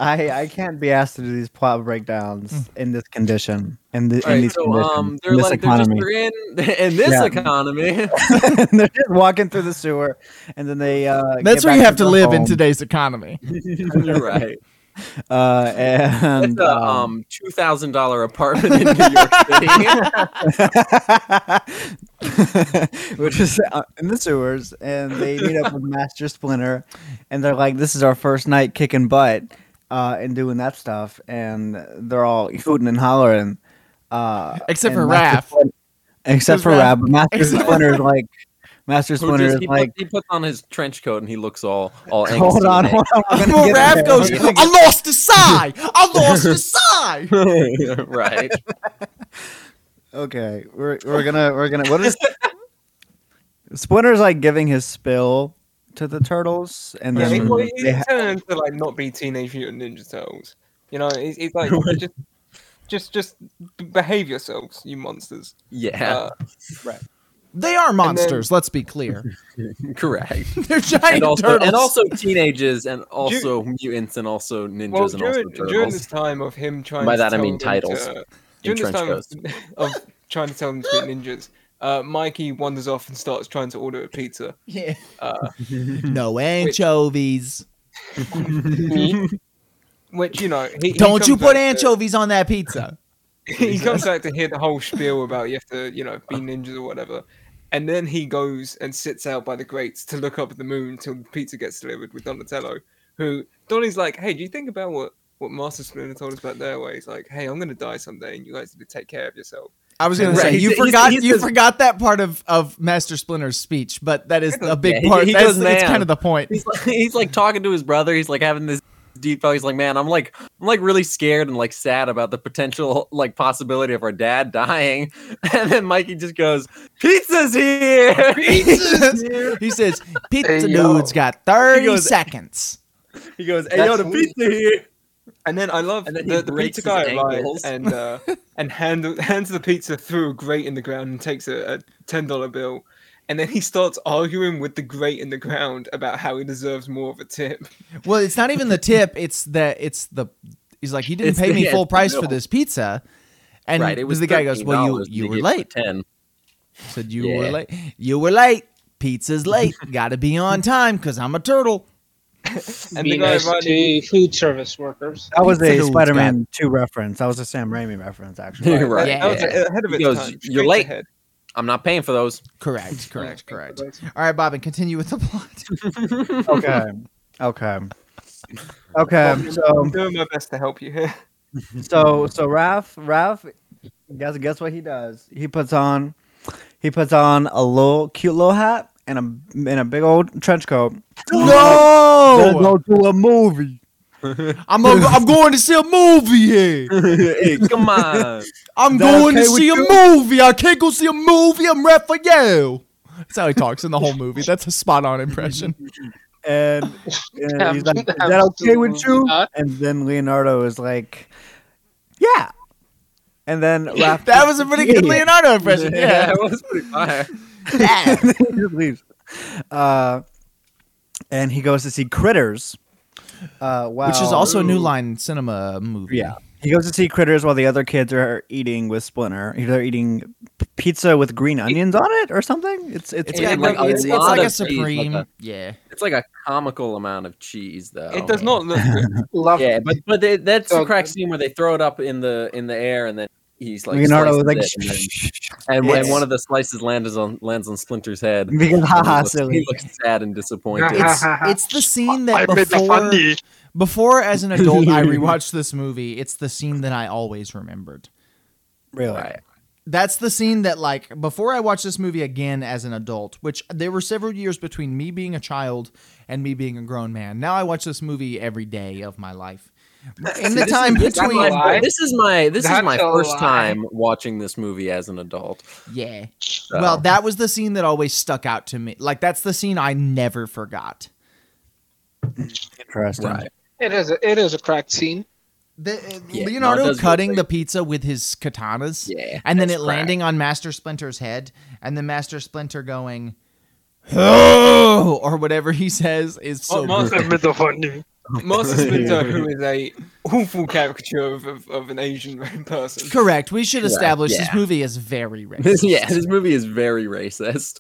Speaker 4: I, I can't be asked to do these plot breakdowns in this condition in, the,
Speaker 3: All
Speaker 4: in
Speaker 3: right,
Speaker 4: these
Speaker 3: so
Speaker 4: conditions
Speaker 3: um,
Speaker 4: in
Speaker 3: they're
Speaker 4: this
Speaker 3: like
Speaker 4: economy.
Speaker 3: they're just they're in (laughs) in this
Speaker 4: Yeah.
Speaker 3: economy. (laughs)
Speaker 4: (laughs) they're just walking through the sewer, and then they. Uh,
Speaker 1: That's
Speaker 4: get
Speaker 1: where you
Speaker 4: back
Speaker 1: have to
Speaker 4: their
Speaker 1: live in
Speaker 4: home,
Speaker 1: today's economy.
Speaker 3: You're
Speaker 4: (laughs)
Speaker 3: right.
Speaker 4: Uh,
Speaker 3: That's
Speaker 4: and
Speaker 3: a um two thousand dollar apartment in New
Speaker 4: (laughs)
Speaker 3: York City.
Speaker 4: (laughs) which is uh, in the sewers, and they meet up with Master Splinter, and they're like, "This is our first night kicking butt uh, and doing that stuff," and they're all hooting and hollering. Uh,
Speaker 1: Except
Speaker 4: and
Speaker 1: for
Speaker 4: Master
Speaker 1: Raph.
Speaker 4: Splin- Except
Speaker 1: Because
Speaker 4: for
Speaker 1: Raph-
Speaker 4: Raph, but Master
Speaker 1: except-
Speaker 4: Splinter is like,
Speaker 3: (laughs)
Speaker 4: Master
Speaker 3: Who
Speaker 4: Splinter
Speaker 3: just,
Speaker 4: is
Speaker 3: he,
Speaker 4: like,
Speaker 3: puts, he puts on his trench coat and he looks all all anxious
Speaker 4: "Hold
Speaker 3: and (laughs)
Speaker 4: on, hold on." we're gonna
Speaker 1: Well,
Speaker 4: get
Speaker 1: Raph
Speaker 4: there."
Speaker 1: goes,
Speaker 4: (laughs)
Speaker 1: I lost the sigh! I lost
Speaker 3: (laughs)
Speaker 1: the sigh!
Speaker 3: angry. (laughs) right.
Speaker 4: Okay, we're we're gonna we're gonna what is Splinter's like giving his spill to the turtles, and (laughs)
Speaker 5: Yeah,
Speaker 4: then
Speaker 5: it, well, it,
Speaker 4: they ha-
Speaker 5: it turned to like not be Teenage Mutant Ninja Turtles. You know, it, it's
Speaker 4: (laughs)
Speaker 5: like just, just, just b- behave yourselves, you monsters.
Speaker 3: Yeah,
Speaker 5: Uh,
Speaker 1: They are monsters, let's be clear.
Speaker 3: (laughs) (laughs)
Speaker 1: (laughs)
Speaker 3: correct.
Speaker 1: They're giant
Speaker 3: And also,
Speaker 1: turtles.
Speaker 3: and also teenagers, and also mutants, and also ninjas,
Speaker 5: well,
Speaker 3: and also
Speaker 5: during, during
Speaker 3: turtles.
Speaker 5: this time of him trying
Speaker 3: By
Speaker 5: to
Speaker 3: that I
Speaker 5: tell
Speaker 3: mean
Speaker 5: them (laughs)
Speaker 3: titles
Speaker 5: to- during this
Speaker 3: trench
Speaker 5: time of, (laughs) of trying to tell them to be ninjas, uh, Mikey wanders off and starts trying to order a pizza.
Speaker 1: Yeah.
Speaker 5: Uh,
Speaker 1: no anchovies. (laughs)
Speaker 5: which you know, he, he
Speaker 1: Don't you
Speaker 5: comes
Speaker 1: put
Speaker 5: back to-
Speaker 1: anchovies on that pizza.
Speaker 5: he comes back to hear the whole spiel about you have to, you know, be ninjas or whatever. And then he goes and sits out by the grates to look up at the moon till the pizza gets delivered with Donatello, who Donnie's like, Hey, do you think about what, what Master Splinter told us about their way? He's like, Hey, I'm gonna die someday and you guys need to take care of yourself.
Speaker 1: I was gonna
Speaker 3: Right,
Speaker 1: say
Speaker 3: he's-
Speaker 1: you
Speaker 3: he's-
Speaker 1: forgot
Speaker 3: he's
Speaker 1: you
Speaker 3: just-
Speaker 1: forgot that part of, of Master Splinter's speech, but
Speaker 3: (laughs)
Speaker 1: that is a
Speaker 3: Yeah,
Speaker 1: big
Speaker 3: he-
Speaker 1: part.
Speaker 3: he
Speaker 1: That's
Speaker 3: goes
Speaker 1: it's
Speaker 3: mad.
Speaker 1: kind of the point.
Speaker 3: he's like, he's like talking to his brother. He's like having this deep thought. He's like, man, I'm like, I'm like really scared and like sad about the potential like possibility of our dad dying. (laughs) And then Mikey just goes, "Pizza's here." (laughs)
Speaker 1: (laughs) he says, "Pizza
Speaker 2: Hey, yo.
Speaker 1: dude's got thirty
Speaker 3: He goes-
Speaker 1: seconds."
Speaker 3: he goes, "Hey
Speaker 5: That's
Speaker 3: yo, the
Speaker 5: sweet.
Speaker 3: pizza here."
Speaker 5: And then I love
Speaker 3: And then he
Speaker 5: the, the
Speaker 3: breaks
Speaker 5: pizza
Speaker 3: his
Speaker 5: guy arrives
Speaker 3: ankles. (laughs)
Speaker 5: and uh, and hand, hands the pizza through a grate in the ground and takes a, a ten dollar bill, and then he starts arguing with the grate in the ground about how he deserves more of a tip.
Speaker 1: (laughs) Well, it's not even the tip. It's that it's the he's like you didn't
Speaker 3: It's
Speaker 1: pay
Speaker 3: the-
Speaker 1: me
Speaker 3: (laughs) yeah,
Speaker 1: full
Speaker 3: it's the
Speaker 1: price for
Speaker 3: bill.
Speaker 1: this pizza, and
Speaker 3: right. It was
Speaker 1: the guy goes, "Well, you
Speaker 3: $13
Speaker 1: you
Speaker 3: to
Speaker 1: were
Speaker 3: get
Speaker 1: late."
Speaker 3: Ten.
Speaker 1: Said you were
Speaker 3: Yeah.
Speaker 1: late. You were late.
Speaker 3: (laughs)
Speaker 1: Pizza's late. Got to be on time because I'm a turtle.
Speaker 5: And
Speaker 2: Be
Speaker 5: the guy
Speaker 2: nice
Speaker 5: arriving,
Speaker 2: to food service workers.
Speaker 4: That was
Speaker 1: Pizza
Speaker 4: a
Speaker 1: Hut's
Speaker 4: Spider Man 2 reference. That was a Sam Raimi reference, actually.
Speaker 3: You're (laughs)
Speaker 1: (laughs)
Speaker 3: right.
Speaker 1: Yeah.
Speaker 5: that was
Speaker 3: yeah.
Speaker 5: ahead of
Speaker 3: He
Speaker 5: its
Speaker 3: goes,
Speaker 5: time.
Speaker 3: "You're
Speaker 5: straight
Speaker 3: late."
Speaker 5: ahead.
Speaker 3: I'm not paying for those. (laughs)
Speaker 1: Correct. Correct. Correct. All right, Bob, and continue with the plot.
Speaker 4: okay. Okay. Okay. So,
Speaker 5: I'm doing my best to help you here.
Speaker 4: so, so Raph, Raph, guess, guess what he does? He puts on, he puts on a little, cute little hat and a, and a big old trench coat. Let's
Speaker 1: no,
Speaker 4: go to a movie.
Speaker 1: (laughs) I'm a, I'm going to see a movie here.
Speaker 3: Hey, come on.
Speaker 1: I'm
Speaker 4: Is that
Speaker 1: going to
Speaker 4: okay with
Speaker 1: see a
Speaker 4: you?
Speaker 1: movie. I can't go see a movie. I'm Raphael. That's how he talks in the whole movie. That's a spot on
Speaker 3: (laughs)
Speaker 1: impression.
Speaker 4: and, and he's like, "Is that okay with you?" And then Leonardo is like, "Yeah." And
Speaker 3: (laughs)
Speaker 4: then Raph,
Speaker 1: that was a pretty good
Speaker 4: Yeah.
Speaker 1: Leonardo impression. (laughs) Yeah.
Speaker 3: it was pretty fire.
Speaker 4: (laughs) and then he just leaves. Uh, and he goes to see Critters, uh, while,
Speaker 1: Which is also a new line cinema movie.
Speaker 4: yeah. He goes to see Critters while the other kids are eating with Splinter. They're eating p- pizza with green onions on it or something. It's it's,
Speaker 1: It's,
Speaker 3: Yeah,
Speaker 1: got
Speaker 3: like
Speaker 1: like,
Speaker 3: a
Speaker 1: it's, it's
Speaker 3: lot
Speaker 1: like
Speaker 3: of
Speaker 1: a
Speaker 3: cheese, like
Speaker 1: supreme.
Speaker 3: a- (laughs)
Speaker 1: yeah.
Speaker 3: It's like a comical amount of cheese, though.
Speaker 5: (laughs) It does not look good.
Speaker 2: Love
Speaker 3: Yeah, but but they, that's the
Speaker 2: So
Speaker 3: crack
Speaker 2: good.
Speaker 3: scene where they throw it up in the in the air, and then he's like
Speaker 4: Leonardo was
Speaker 3: slices
Speaker 4: like,
Speaker 3: it, and, then- and when
Speaker 1: Yes.
Speaker 3: one of the slices lands on lands on Splinter's head.
Speaker 4: because
Speaker 3: and he,
Speaker 4: haha,
Speaker 3: looks, he
Speaker 4: silly.
Speaker 3: looks sad and disappointed.
Speaker 1: It's it's the scene that before before as an adult
Speaker 4: (laughs)
Speaker 1: I rewatched this movie. It's the scene that I always remembered.
Speaker 4: Really,
Speaker 3: Right.
Speaker 1: That's the scene that like before I watched this movie again as an adult, which there were several years between me being a child and me being a grown man. Now I watch this movie every day of my
Speaker 3: (laughs)
Speaker 1: life. In the
Speaker 3: This is-
Speaker 1: time
Speaker 3: this is
Speaker 1: between,
Speaker 3: my-
Speaker 2: lie.
Speaker 3: this is my this
Speaker 2: That's
Speaker 3: is my
Speaker 2: a
Speaker 3: first
Speaker 2: lie.
Speaker 3: time watching this movie as an adult.
Speaker 1: yeah.
Speaker 3: so-
Speaker 1: Well, that was the scene that always stuck out to me. Like that's the scene I never forgot.
Speaker 4: interesting.
Speaker 3: right.
Speaker 2: It is. A, it is a cracked scene.
Speaker 1: The, uh,
Speaker 3: Yeah, no, it
Speaker 1: Leonardo
Speaker 3: does look
Speaker 1: cutting
Speaker 3: like-
Speaker 1: the pizza with his katanas.
Speaker 3: Yeah,
Speaker 1: and then it
Speaker 3: that's crack.
Speaker 1: landing on Master Splinter's head, and then Master Splinter going, "Oh," or whatever he says is so.
Speaker 5: Oh, Master-
Speaker 1: brutal.
Speaker 5: Master
Speaker 3: (laughs)
Speaker 5: Splinter, who is a awful caricature of, of, of an Asian (laughs) person.
Speaker 1: Correct. We should
Speaker 3: Correct,
Speaker 1: establish this
Speaker 3: yeah.
Speaker 1: movie is
Speaker 3: (laughs)
Speaker 1: very racist.
Speaker 3: This, (laughs) yeah, this movie is very racist.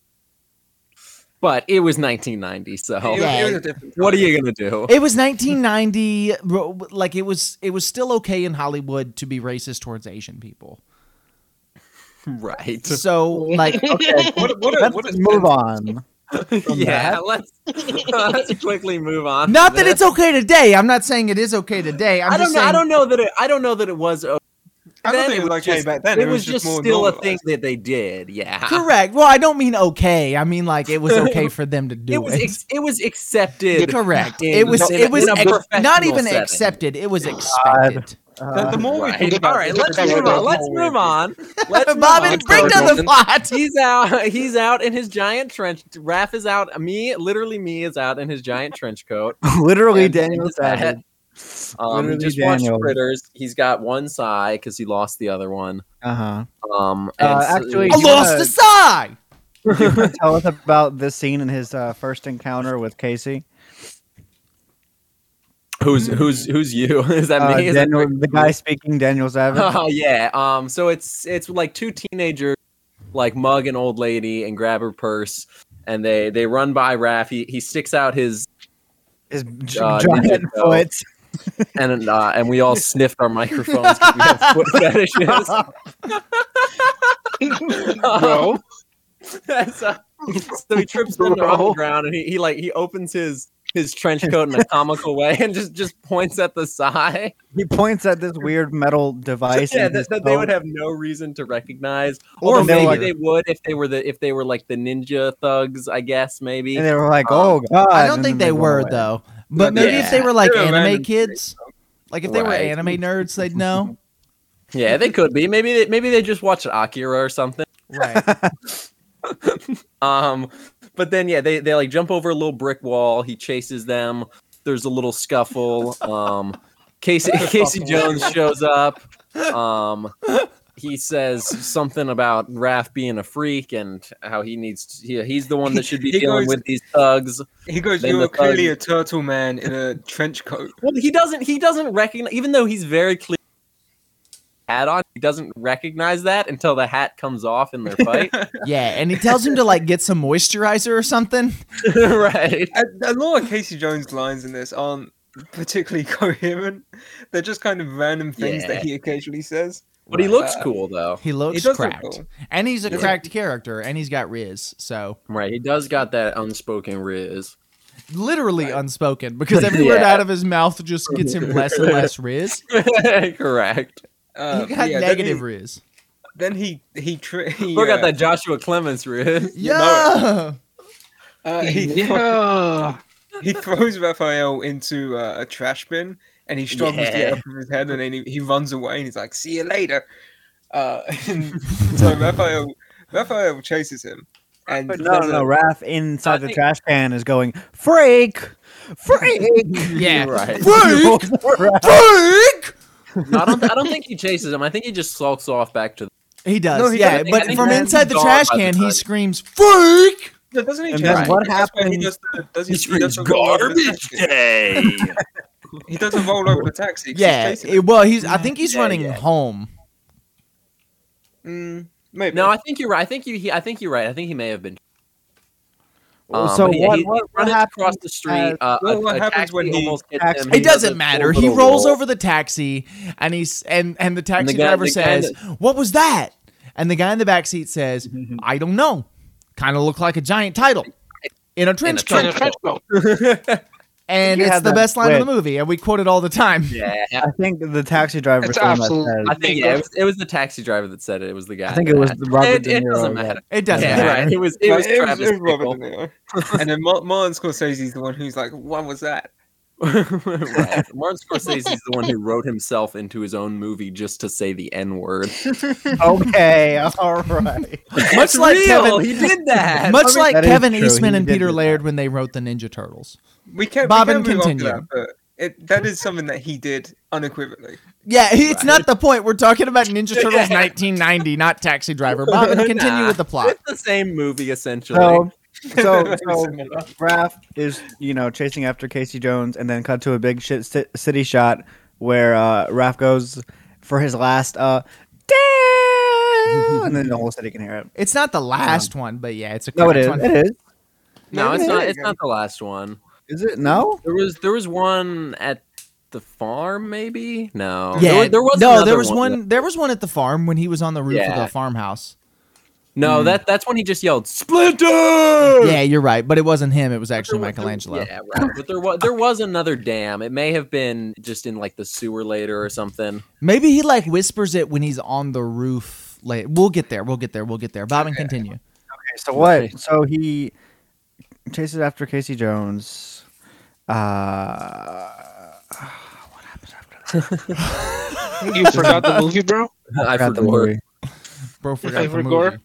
Speaker 3: But it was 1990, so
Speaker 5: It was- it was
Speaker 1: Yeah.
Speaker 5: a different
Speaker 3: what are you gonna do?
Speaker 1: It was 1990. ro- Like it was, it was still okay in Hollywood to be racist towards Asian people.
Speaker 3: (laughs)
Speaker 2: (laughs)
Speaker 3: Right.
Speaker 1: So, like,
Speaker 4: Okay,
Speaker 5: What, what a,
Speaker 4: let's
Speaker 5: what a
Speaker 4: move on.
Speaker 3: yeah, (laughs) let's let's quickly move on.
Speaker 1: not
Speaker 3: from
Speaker 1: that
Speaker 3: this.
Speaker 1: it's okay today. I'm not saying it is okay today. I'm
Speaker 3: I don't
Speaker 1: just
Speaker 3: know.
Speaker 1: saying,
Speaker 3: I don't know that it. I don't know that it was. o-
Speaker 5: I don't
Speaker 3: then
Speaker 5: think it
Speaker 3: it
Speaker 5: was
Speaker 3: was
Speaker 5: okay
Speaker 3: just-
Speaker 5: back then.
Speaker 3: it, was just
Speaker 5: more
Speaker 3: still a
Speaker 5: normalized.
Speaker 3: thing
Speaker 5: (laughs)
Speaker 3: that they did. Yeah.
Speaker 1: (laughs) Correct. Well, I don't mean okay. I mean like it was okay for them to do it.
Speaker 3: (laughs) It was. Ex- it was accepted. (laughs)
Speaker 1: Correct.
Speaker 3: in-
Speaker 1: It was.
Speaker 3: in a-
Speaker 1: It was
Speaker 3: in a
Speaker 1: ex- not
Speaker 3: professional
Speaker 1: even
Speaker 3: setting.
Speaker 1: accepted. It was expected.
Speaker 5: The, the
Speaker 4: Uh,
Speaker 5: more we
Speaker 3: Right.
Speaker 5: think about
Speaker 3: All right.
Speaker 5: it,
Speaker 3: Let's
Speaker 5: the
Speaker 3: move
Speaker 5: more
Speaker 3: on. Let's
Speaker 5: we
Speaker 3: move
Speaker 5: think.
Speaker 3: on. Let's move
Speaker 1: Bobbin,
Speaker 3: on.
Speaker 1: bring down
Speaker 3: (laughs)
Speaker 1: the plot.
Speaker 3: He's out. He's out in his giant trench. Raph is out. Me, literally, me is out in his giant trench
Speaker 1: (laughs)
Speaker 3: coat.
Speaker 4: (laughs) literally,
Speaker 3: And
Speaker 4: Daniel
Speaker 3: his hat.
Speaker 4: Savage.
Speaker 3: Um, he
Speaker 4: Literally
Speaker 3: just
Speaker 4: Daniel.
Speaker 3: watched Critters. He's got one sigh because he lost the other one.
Speaker 4: Uh
Speaker 3: Um,
Speaker 4: Uh,
Speaker 3: and so-
Speaker 4: actually,
Speaker 1: I lost
Speaker 4: Yeah.
Speaker 1: the sigh.
Speaker 4: huh. Tell us about this scene in his uh, first encounter with Casey.
Speaker 3: who's who's who's you? (laughs) Is that
Speaker 4: Mm. Uh,
Speaker 3: me? Is that
Speaker 4: Daniel, the guy speaking,
Speaker 3: (laughs)
Speaker 4: Daniel Savage.
Speaker 3: Oh yeah. Um. So it's it's like two teenagers, like mug an old lady and grab her purse, and they they run by Raph. He he sticks out his
Speaker 4: His gi-
Speaker 3: Uh,
Speaker 4: giant
Speaker 3: Nintendo.
Speaker 4: foot.
Speaker 3: and uh, and we all sniffed our microphones. 'cause we have
Speaker 4: (laughs)
Speaker 3: foot fetishes. (laughs)
Speaker 2: Bro,
Speaker 3: so, so he trips them off the
Speaker 2: Bro.
Speaker 3: ground, and he, he like he opens his his trench coat in a comical way and just just points at the sigh.
Speaker 4: He points at this weird metal device.
Speaker 3: yeah,
Speaker 4: in his
Speaker 3: that, that they would
Speaker 4: coat.
Speaker 3: have no reason to recognize,
Speaker 1: Or
Speaker 3: or maybe
Speaker 4: figure.
Speaker 3: they would if they were the if they were like the ninja thugs, I guess maybe.
Speaker 4: and they were like, "Oh
Speaker 3: Um,
Speaker 4: God!"
Speaker 1: I
Speaker 4: and
Speaker 1: don't think
Speaker 4: then
Speaker 1: they
Speaker 4: go
Speaker 1: were
Speaker 4: away.
Speaker 1: though. But maybe if they
Speaker 3: Yeah.
Speaker 1: were like
Speaker 5: They were
Speaker 1: anime
Speaker 5: random
Speaker 1: kids, like if they were
Speaker 3: Right.
Speaker 1: anime nerds, they'd know.
Speaker 3: Yeah, they could be. Maybe they, maybe they just watched Akira or something.
Speaker 1: Right.
Speaker 3: Um, but then yeah, they they like jump over a little brick wall. He chases them. There's a little scuffle. Um, Casey Casey Jones shows up. Um, he says something about Raph being a freak and how he needs. To, he, he's the one that should be
Speaker 5: He
Speaker 3: dealing
Speaker 5: goes-
Speaker 3: with these thugs.
Speaker 5: He goes,
Speaker 3: Then
Speaker 5: "You
Speaker 3: the
Speaker 5: are clearly a turtle man in a
Speaker 3: (laughs)
Speaker 5: trench coat."
Speaker 3: Well, he doesn't. He doesn't recognize, even though he's very clear. Hat on. He doesn't recognize that until the hat comes off (laughs) in their
Speaker 5: (laughs)
Speaker 3: fight.
Speaker 1: Yeah, and he tells him to like get some moisturizer or something.
Speaker 3: right.
Speaker 5: A, a lot of Casey Jones' lines in this aren't particularly (laughs) coherent. They're just kind of random things
Speaker 3: Yeah.
Speaker 5: that he occasionally says.
Speaker 3: But he
Speaker 5: Right.
Speaker 3: looks cool though.
Speaker 1: He looks
Speaker 5: He does look
Speaker 1: cracked,
Speaker 5: cool.
Speaker 1: and he's a
Speaker 5: Yeah.
Speaker 1: cracked character, and he's got Riz. So
Speaker 3: Right. He does got that unspoken (laughs) riz.
Speaker 1: literally unspoken because every word
Speaker 3: Yeah.
Speaker 1: out of his mouth just gets him less and less Riz.
Speaker 3: Correct.
Speaker 5: Uh,
Speaker 1: he got
Speaker 5: yeah,
Speaker 1: negative
Speaker 5: Then
Speaker 1: Riz.
Speaker 5: he then he, he, tri- (laughs) he
Speaker 3: Look at
Speaker 5: uh,
Speaker 3: that Joshua Clemens
Speaker 1: (laughs)
Speaker 3: riz.
Speaker 1: Yeah,
Speaker 3: (laughs)
Speaker 5: Uh, he,
Speaker 1: (laughs)
Speaker 2: (laughs) Yeah.
Speaker 5: he throws Raphael into uh, a trash bin, and he struggles to
Speaker 3: Yeah.
Speaker 5: get up from his head, and then he, he runs away, and he's like, "See you later." Uh, (laughs)
Speaker 4: (laughs)
Speaker 5: and so Raphael Raphael chases him, and
Speaker 4: But (laughs) no, no,
Speaker 5: there's
Speaker 4: no.
Speaker 5: a-
Speaker 4: Raph inside the
Speaker 3: think-
Speaker 4: trash can is going, freak, (laughs) freak.
Speaker 1: yeah,
Speaker 3: Right.
Speaker 4: (laughs)
Speaker 1: Freak! Freak!
Speaker 3: No, I don't. I don't think he chases him. I think he just sulks off back to.
Speaker 1: He does,
Speaker 5: No, he
Speaker 1: yeah.
Speaker 5: doesn't. I
Speaker 1: But
Speaker 5: think
Speaker 1: from
Speaker 5: Ramsey's
Speaker 1: inside the
Speaker 3: gone
Speaker 1: trash
Speaker 3: by the
Speaker 1: can, he
Speaker 3: time.
Speaker 1: screams, "Freak!"
Speaker 5: No, doesn't he
Speaker 4: And
Speaker 5: chase
Speaker 4: then
Speaker 5: him?
Speaker 4: what
Speaker 5: That's where He
Speaker 4: happens-
Speaker 5: does the, does he,
Speaker 3: the-
Speaker 5: he does the roll over the taxi.
Speaker 3: day.
Speaker 5: He doesn't roll over the taxi. 'cause he's
Speaker 1: Yeah,
Speaker 5: chasing
Speaker 1: it-
Speaker 5: him.
Speaker 1: well, he's. I think he's
Speaker 3: Yeah,
Speaker 1: running
Speaker 3: yeah.
Speaker 1: home.
Speaker 5: Mm,
Speaker 3: (laughs)
Speaker 5: maybe.
Speaker 3: no, I think you're right. I think you. He, I think you're right. I think he may have been. Um,
Speaker 4: Well, so
Speaker 3: but yeah,
Speaker 4: what-
Speaker 3: he-
Speaker 4: what-
Speaker 3: he
Speaker 4: what
Speaker 3: runs
Speaker 4: happens
Speaker 3: across the street?
Speaker 4: as-
Speaker 3: uh,
Speaker 5: well,
Speaker 3: a-
Speaker 5: what
Speaker 3: a
Speaker 5: happens
Speaker 3: taxi
Speaker 5: when he-
Speaker 3: almost hits
Speaker 4: taxi-
Speaker 3: him.
Speaker 4: He
Speaker 1: It
Speaker 3: does
Speaker 1: doesn't
Speaker 3: a
Speaker 1: matter.
Speaker 3: full
Speaker 1: He
Speaker 3: little
Speaker 1: rolls
Speaker 3: roll.
Speaker 1: over the taxi, and he's and and the taxi
Speaker 3: guy-
Speaker 1: driver
Speaker 3: the guy
Speaker 1: says, "What was that?" And the guy in the back seat says,
Speaker 3: Mm-hmm.
Speaker 1: "I don't know. Kind of looked like a giant title in a trench
Speaker 2: In a
Speaker 1: coat."
Speaker 2: trench coat.
Speaker 1: And
Speaker 4: You
Speaker 1: it's
Speaker 4: have
Speaker 1: the
Speaker 4: that
Speaker 1: best line of the
Speaker 4: switch.
Speaker 1: movie, and we quote it all the time.
Speaker 3: Yeah,
Speaker 4: I think the taxi driver.
Speaker 2: It's
Speaker 4: said that
Speaker 2: absolute-
Speaker 4: says-
Speaker 3: I think yeah, it, was, it was the taxi driver that said it. It was the guy.
Speaker 4: I think it was
Speaker 3: that-
Speaker 4: Robert
Speaker 3: It,
Speaker 4: De
Speaker 3: it doesn't
Speaker 4: Niro, yeah.
Speaker 3: matter.
Speaker 1: It doesn't
Speaker 3: Yeah,
Speaker 1: matter.
Speaker 3: right. It was. It was
Speaker 5: But it was-
Speaker 3: Travis
Speaker 5: it was Robert
Speaker 3: Bickle.
Speaker 5: De Niro. and then Ma- Martin Scorsese's the one who's like, "What was that?"
Speaker 3: (laughs) right. Martin Scorsese's the one who wrote himself into his own movie just to say the N word.
Speaker 4: okay, (laughs) all right.
Speaker 1: Much like Kevin-
Speaker 3: he did that.
Speaker 1: Much
Speaker 4: I mean,
Speaker 1: like
Speaker 4: that is
Speaker 1: Kevin
Speaker 4: true.
Speaker 1: Eastman
Speaker 4: He
Speaker 1: and
Speaker 4: did
Speaker 1: Peter
Speaker 4: do that.
Speaker 1: Laird when they wrote the Ninja Turtles.
Speaker 5: We can't.
Speaker 1: Bobbin,
Speaker 5: we can't move on to
Speaker 1: continue.
Speaker 5: that, but it, that is something that he did unequivocally.
Speaker 1: Yeah, (laughs) it's
Speaker 3: Right.
Speaker 1: not the point. We're talking about Ninja Turtles
Speaker 3: Yeah.
Speaker 1: 1990, not Taxi Driver. Bob, and continue
Speaker 3: Nah.
Speaker 1: with the plot.
Speaker 3: It's the same movie essentially.
Speaker 4: So, (laughs) so, so
Speaker 5: Similar.
Speaker 4: Raph is you know chasing after Casey Jones, and then cut to a big shit ci- city shot where uh, Raph goes for his last uh, damn, and then the whole city can hear it.
Speaker 1: It's not the last one, but yeah, it's a
Speaker 4: No, it
Speaker 1: cracked
Speaker 4: is.
Speaker 1: one.
Speaker 4: It is.
Speaker 3: no, it's
Speaker 5: Maybe
Speaker 3: not.
Speaker 5: it is.
Speaker 3: It's not the last one.
Speaker 4: Is it? No.
Speaker 3: There was there was one at the farm, maybe. No.
Speaker 1: Yeah,
Speaker 3: There, there was
Speaker 1: no. There
Speaker 3: another
Speaker 1: was
Speaker 3: one.
Speaker 1: one. There was one at the farm when he was on the roof
Speaker 3: Yeah.
Speaker 1: of the farmhouse.
Speaker 3: No, that that's when he just yelled Splinter.
Speaker 1: Hmm. Yeah, you're right, but it wasn't him. It was actually
Speaker 3: There was- there-
Speaker 1: Michelangelo.
Speaker 3: Yeah, right. But there was there was another dam. It may have been just in like the sewer later
Speaker 1: (laughs)
Speaker 3: or something.
Speaker 1: Maybe he like whispers it when he's on the roof. Like, we'll get there. We'll get there. We'll get there. Bob and continue.
Speaker 4: Okay, so what? So he chases after Casey Jones. Uh, what happens after that?
Speaker 2: You forgot the movie, bro?
Speaker 3: I
Speaker 4: Forgot the
Speaker 3: forgot.
Speaker 4: movie.
Speaker 1: Bro, forgot the
Speaker 2: Favorite
Speaker 1: movie.
Speaker 2: gore?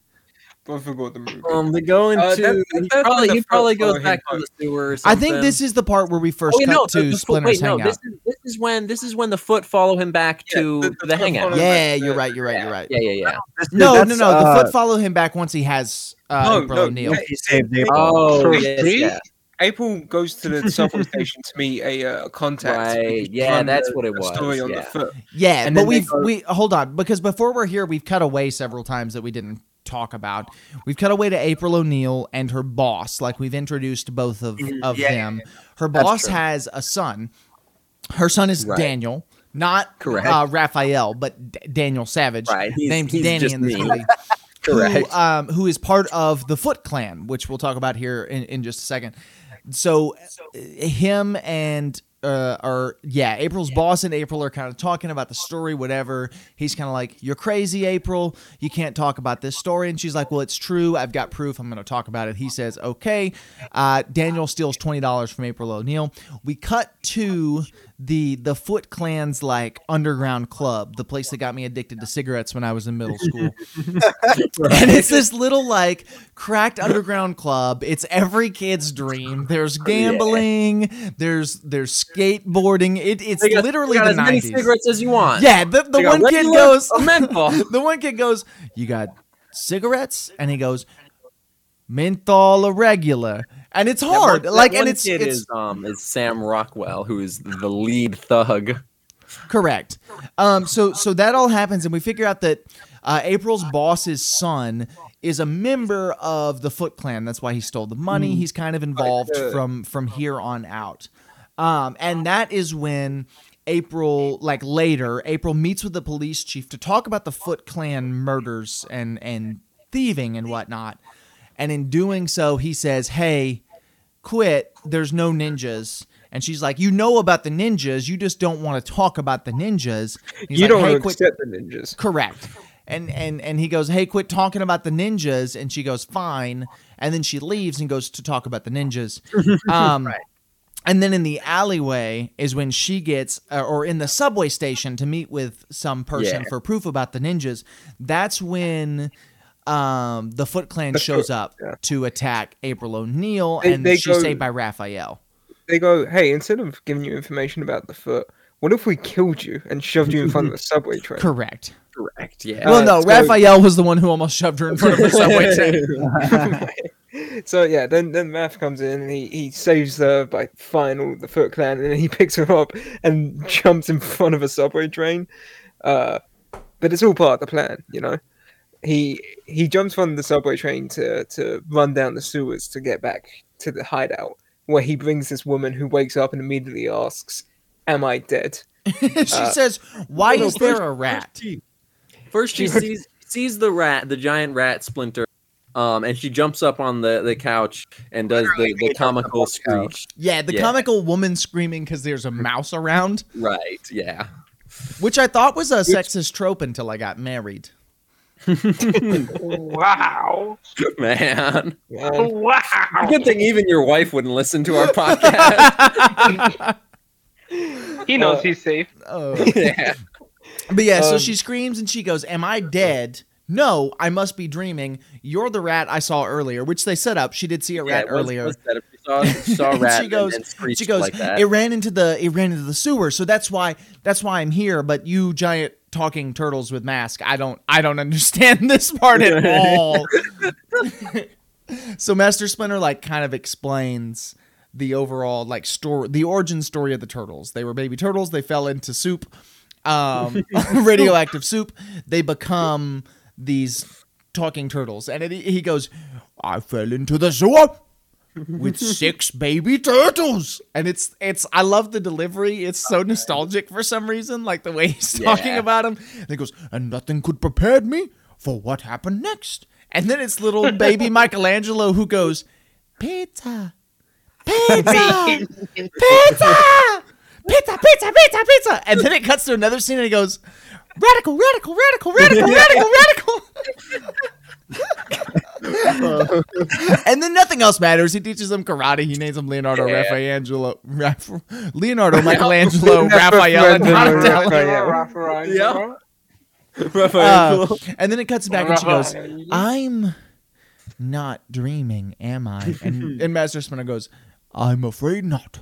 Speaker 5: But I forgot the movie.
Speaker 3: Um, they go into
Speaker 5: Uh, that-
Speaker 3: he
Speaker 5: that's
Speaker 3: probably,
Speaker 5: when
Speaker 3: he
Speaker 5: the
Speaker 3: probably
Speaker 5: follow
Speaker 3: goes
Speaker 5: him
Speaker 3: back to
Speaker 5: home.
Speaker 3: the sewer. Or
Speaker 1: I
Speaker 3: something.
Speaker 1: think this is the part where we first
Speaker 3: Oh, wait,
Speaker 1: cut
Speaker 3: no,
Speaker 1: to
Speaker 3: the- the foot-
Speaker 1: Splinter's
Speaker 3: wait, no,
Speaker 1: hangout.
Speaker 3: this is this is when this is when the foot follow him back
Speaker 5: Yeah,
Speaker 3: to
Speaker 5: the-
Speaker 3: the,
Speaker 5: the foot
Speaker 3: hangout.
Speaker 5: follow-
Speaker 1: yeah, you're right. You're right. You're right.
Speaker 3: Yeah, yeah, yeah.
Speaker 4: This-
Speaker 1: No, no,
Speaker 4: that's,
Speaker 1: no. The
Speaker 4: uh,
Speaker 1: foot follow him back once he has uh,
Speaker 5: No,
Speaker 1: April
Speaker 5: no,
Speaker 1: O'Neil.
Speaker 5: yeah.
Speaker 4: He saved April.
Speaker 3: Oh,
Speaker 2: For
Speaker 3: yes,
Speaker 2: free?
Speaker 3: yeah.
Speaker 5: April goes
Speaker 1: (laughs)
Speaker 5: to the subway station to meet a uh, contact.
Speaker 3: Right,
Speaker 5: because she
Speaker 3: yeah,
Speaker 5: found
Speaker 3: that's
Speaker 5: the-
Speaker 3: what it
Speaker 5: the
Speaker 3: was,
Speaker 5: Story on
Speaker 3: yeah.
Speaker 5: the foot.
Speaker 1: Yeah,
Speaker 5: And
Speaker 1: but
Speaker 5: then they
Speaker 1: we've
Speaker 5: go-
Speaker 1: we hold on because before we're here, we've cut away several times that we didn't talk about. We've cut away to April O'Neil and her boss. Like we've introduced both of of
Speaker 4: yeah,
Speaker 1: them. Her
Speaker 4: That's
Speaker 1: boss
Speaker 4: true.
Speaker 1: has a son. Her son is
Speaker 3: Right.
Speaker 1: Daniel, not
Speaker 3: Correct.
Speaker 1: uh, Raphael, but D- Daniel Savage,
Speaker 3: Right, he's-
Speaker 1: named
Speaker 3: he's
Speaker 1: Danny
Speaker 3: just
Speaker 1: in this
Speaker 3: mean.
Speaker 1: movie.
Speaker 3: Correct.
Speaker 1: Who, um, who is part of the Foot Clan, which we'll talk about here in, in just a second. So, uh, him and uh, are yeah, April's boss and April are kind of talking about the story, whatever. He's kind of like, "You're crazy, April. You can't talk about this story." And she's like, "Well, it's true. I've got proof. I'm going to talk about it." He says, "Okay." Uh, Daniel steals twenty dollars from April O'Neil. We cut to the the Foot Clan's like underground club, the place that got me addicted to cigarettes when I was in middle school
Speaker 3: (laughs)
Speaker 1: (laughs) and it's this little like cracked
Speaker 3: (laughs)
Speaker 1: underground club. It's every kid's dream. There's gambling. There's there's skateboarding. It, it's
Speaker 3: They got-
Speaker 1: literally
Speaker 3: they got
Speaker 1: the
Speaker 3: as many
Speaker 1: 90s.
Speaker 3: cigarettes as you want.
Speaker 1: Yeah, the, the
Speaker 3: They got
Speaker 1: one kid
Speaker 3: regular (laughs) Oh.
Speaker 1: goes,
Speaker 3: or menthol.
Speaker 1: (laughs) the one kid goes, you got cigarettes? And he goes, menthol or regular? And it's
Speaker 3: That one-
Speaker 1: hard.
Speaker 3: that
Speaker 1: like, and
Speaker 3: one
Speaker 1: it's,
Speaker 3: kid
Speaker 1: it's
Speaker 3: is, um is Sam Rockwell, who is the lead thug.
Speaker 1: Correct. Um, so so that all happens, and we figure out that uh, April's boss's son is a member of the Foot Clan. That's why he stole the money. He's kind of involved
Speaker 5: uh,
Speaker 1: from from here on out, um, and that is when April, like later, April meets with the police chief to talk about the Foot Clan murders and and thieving and whatnot. And in doing so, he says, "Hey." quit. There's no ninjas. And she's like, you know about the ninjas. You just don't want to talk about the ninjas. And he's
Speaker 5: you
Speaker 1: like,
Speaker 5: don't
Speaker 1: "Hey,
Speaker 5: want to
Speaker 1: quit-
Speaker 5: accept the ninjas.
Speaker 1: Correct. And, and and he goes, hey, quit talking about the ninjas. And she goes, fine. And then she leaves and goes to talk about the ninjas. Um, And then in the alleyway is when she gets, uh, or in the subway station to meet with some person
Speaker 3: Yeah.
Speaker 1: for proof about the ninjas. That's when um, the Foot Clan
Speaker 5: The
Speaker 1: shows
Speaker 5: Foot,
Speaker 1: up
Speaker 5: yeah.
Speaker 1: to attack April O'Neil,
Speaker 5: They-
Speaker 1: and
Speaker 5: they
Speaker 1: she's
Speaker 5: go-
Speaker 1: saved by Raphael.
Speaker 5: They go, hey, instead of giving you information about the foot, what if we killed you and shoved you in front of a subway train?
Speaker 1: Correct.
Speaker 3: Correct. Yeah.
Speaker 1: well, no,
Speaker 5: so-
Speaker 1: Raphael was the one who almost shoved her in front of the
Speaker 5: (laughs) Uh,
Speaker 1: subway train.
Speaker 5: so yeah, then then Math comes in and he, he saves her by fine all the Foot Clan, and then he (laughs) picks her up and jumps in front of a subway train. Uh, but it's all part of the plan, you know. He he jumps on the subway train to to run down the sewers to get back to the hideout, where he brings this woman who wakes up and immediately asks, "Am I dead?"
Speaker 1: (laughs) she says, "Why
Speaker 3: no,
Speaker 1: is there
Speaker 3: first-
Speaker 1: a rat?"
Speaker 3: First, (laughs) she sees sees the rat, the giant rat splinter, um, and she jumps up on the, the couch and does the, the comical screech.
Speaker 1: Yeah, the
Speaker 3: Yeah.
Speaker 1: comical woman screaming because there's a mouse around,
Speaker 3: Right. Yeah. (laughs)
Speaker 1: which I thought was a sexist trope until I got married.
Speaker 2: Wow.
Speaker 3: Man.
Speaker 5: Um,
Speaker 2: Wow.
Speaker 3: Good thing even your wife wouldn't listen (laughs) to our podcast.
Speaker 2: He knows
Speaker 5: Uh,
Speaker 2: he's safe.
Speaker 1: Oh.
Speaker 3: yeah.
Speaker 1: (laughs) But yeah, so
Speaker 5: Um,
Speaker 1: she screams and she goes, "Am I dead?" No, I must be dreaming. You're the rat I saw earlier, which they set up. She did see a rat
Speaker 3: Yeah, was-
Speaker 1: earlier.
Speaker 3: was that if you saw, you saw
Speaker 1: (laughs)
Speaker 3: a
Speaker 1: And
Speaker 3: rat
Speaker 1: she goes,
Speaker 3: (laughs) and then screeched
Speaker 1: she goes,
Speaker 3: like that.
Speaker 1: it ran into the it ran into the sewer, so that's why that's why I'm here. But you giant talking turtles with mask, I don't I don't (laughs) understand this part
Speaker 3: (laughs)
Speaker 1: at all. (laughs) so Master Splinter like kind of explains the overall like story, the origin story of the turtles. They were baby turtles. They fell into soup,
Speaker 3: (laughs)
Speaker 1: um, (laughs) radioactive soup. They become these talking turtles, and it, he goes, "I fell into the sewer." with six baby turtles. And it's it's I love the delivery. It's so nostalgic for some reason, like the way he's
Speaker 3: Yeah.
Speaker 1: talking about them. And he goes, and nothing could prepare me for what happened next. And then it's (laughs) little baby Michelangelo who goes, pizza, pizza, pizza, pizza, pizza, pizza, pizza. And then it cuts to another scene and he goes, radical, radical, radical, radical, radical, radical. and then nothing else matters. He teaches them karate. He names them Leonardo,
Speaker 3: Yeah.
Speaker 1: Raphaelangelo, Raf- Leonardo, Michelangelo,
Speaker 5: That's
Speaker 1: Raphael, and
Speaker 5: Raphael.
Speaker 1: Donatello.
Speaker 3: Yeah. (laughs)
Speaker 1: Uh, and then it cuts back, and she goes,
Speaker 4: "Ah,
Speaker 1: "I'm not dreaming, am
Speaker 3: (laughs)
Speaker 1: I?" And, and Master Splinter goes, "I'm afraid not."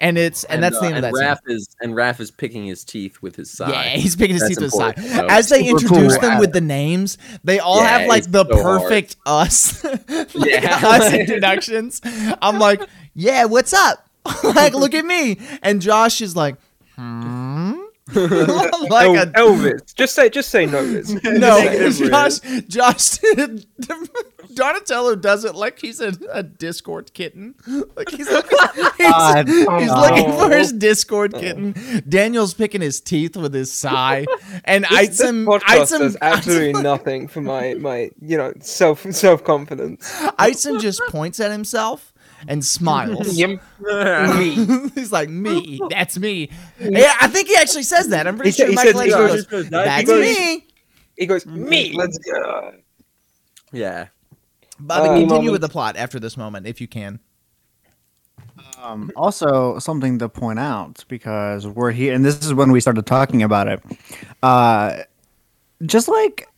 Speaker 1: And it's and, that's
Speaker 3: uh,
Speaker 1: the end
Speaker 3: and
Speaker 1: of that.
Speaker 3: Raph is and Raph is picking his teeth with his
Speaker 1: scene.
Speaker 3: side. (laughs)
Speaker 1: Yeah, (laughs) he's picking his
Speaker 3: That's
Speaker 1: teeth to the side.
Speaker 3: important, folks.
Speaker 1: As they
Speaker 4: Super cool.
Speaker 1: introduce them with the names, they all
Speaker 3: Yeah,
Speaker 1: have like
Speaker 3: it's
Speaker 1: the
Speaker 3: so hard.
Speaker 1: perfect us, (laughs) like,
Speaker 3: Yeah.
Speaker 1: us introductions. I'm like, yeah, what's up? (laughs) like, look at me. And Josh is like, hmm? (laughs)
Speaker 3: (laughs)
Speaker 1: like
Speaker 3: Oh,
Speaker 5: El-
Speaker 1: a
Speaker 5: Elvis, just say just say no. Liz.
Speaker 1: (laughs) No,
Speaker 3: Negative
Speaker 1: Josh. Josh. (laughs) Donatello does it like he's a, a Discord kitten. Like he's (laughs) looking, he's,
Speaker 4: God.
Speaker 1: he's looking
Speaker 2: Oh.
Speaker 1: for his Discord kitten. Daniel's picking his teeth with his sigh, and
Speaker 5: This- this
Speaker 1: Item
Speaker 5: podcast
Speaker 1: Item
Speaker 5: does
Speaker 1: (laughs)
Speaker 5: absolutely nothing for my my you know self self confidence.
Speaker 1: Item just points at himself and (laughs) smiles.
Speaker 2: Yep.
Speaker 1: (laughs) he's like me. That's me. Yeah, I think he actually says that. I'm pretty
Speaker 5: He
Speaker 1: sure
Speaker 5: said- he
Speaker 1: Michael
Speaker 5: said- he
Speaker 1: Angelo goes,
Speaker 3: goes,
Speaker 1: "That's
Speaker 5: goes-
Speaker 1: me."
Speaker 5: He goes me. Let's go.
Speaker 3: yeah.
Speaker 1: Bobby,
Speaker 5: Uh,
Speaker 1: continue
Speaker 5: moment.
Speaker 1: with the plot after this moment, if you can.
Speaker 4: Um, also, something to point out because we're here, and this is when we started talking about it. Uh, just like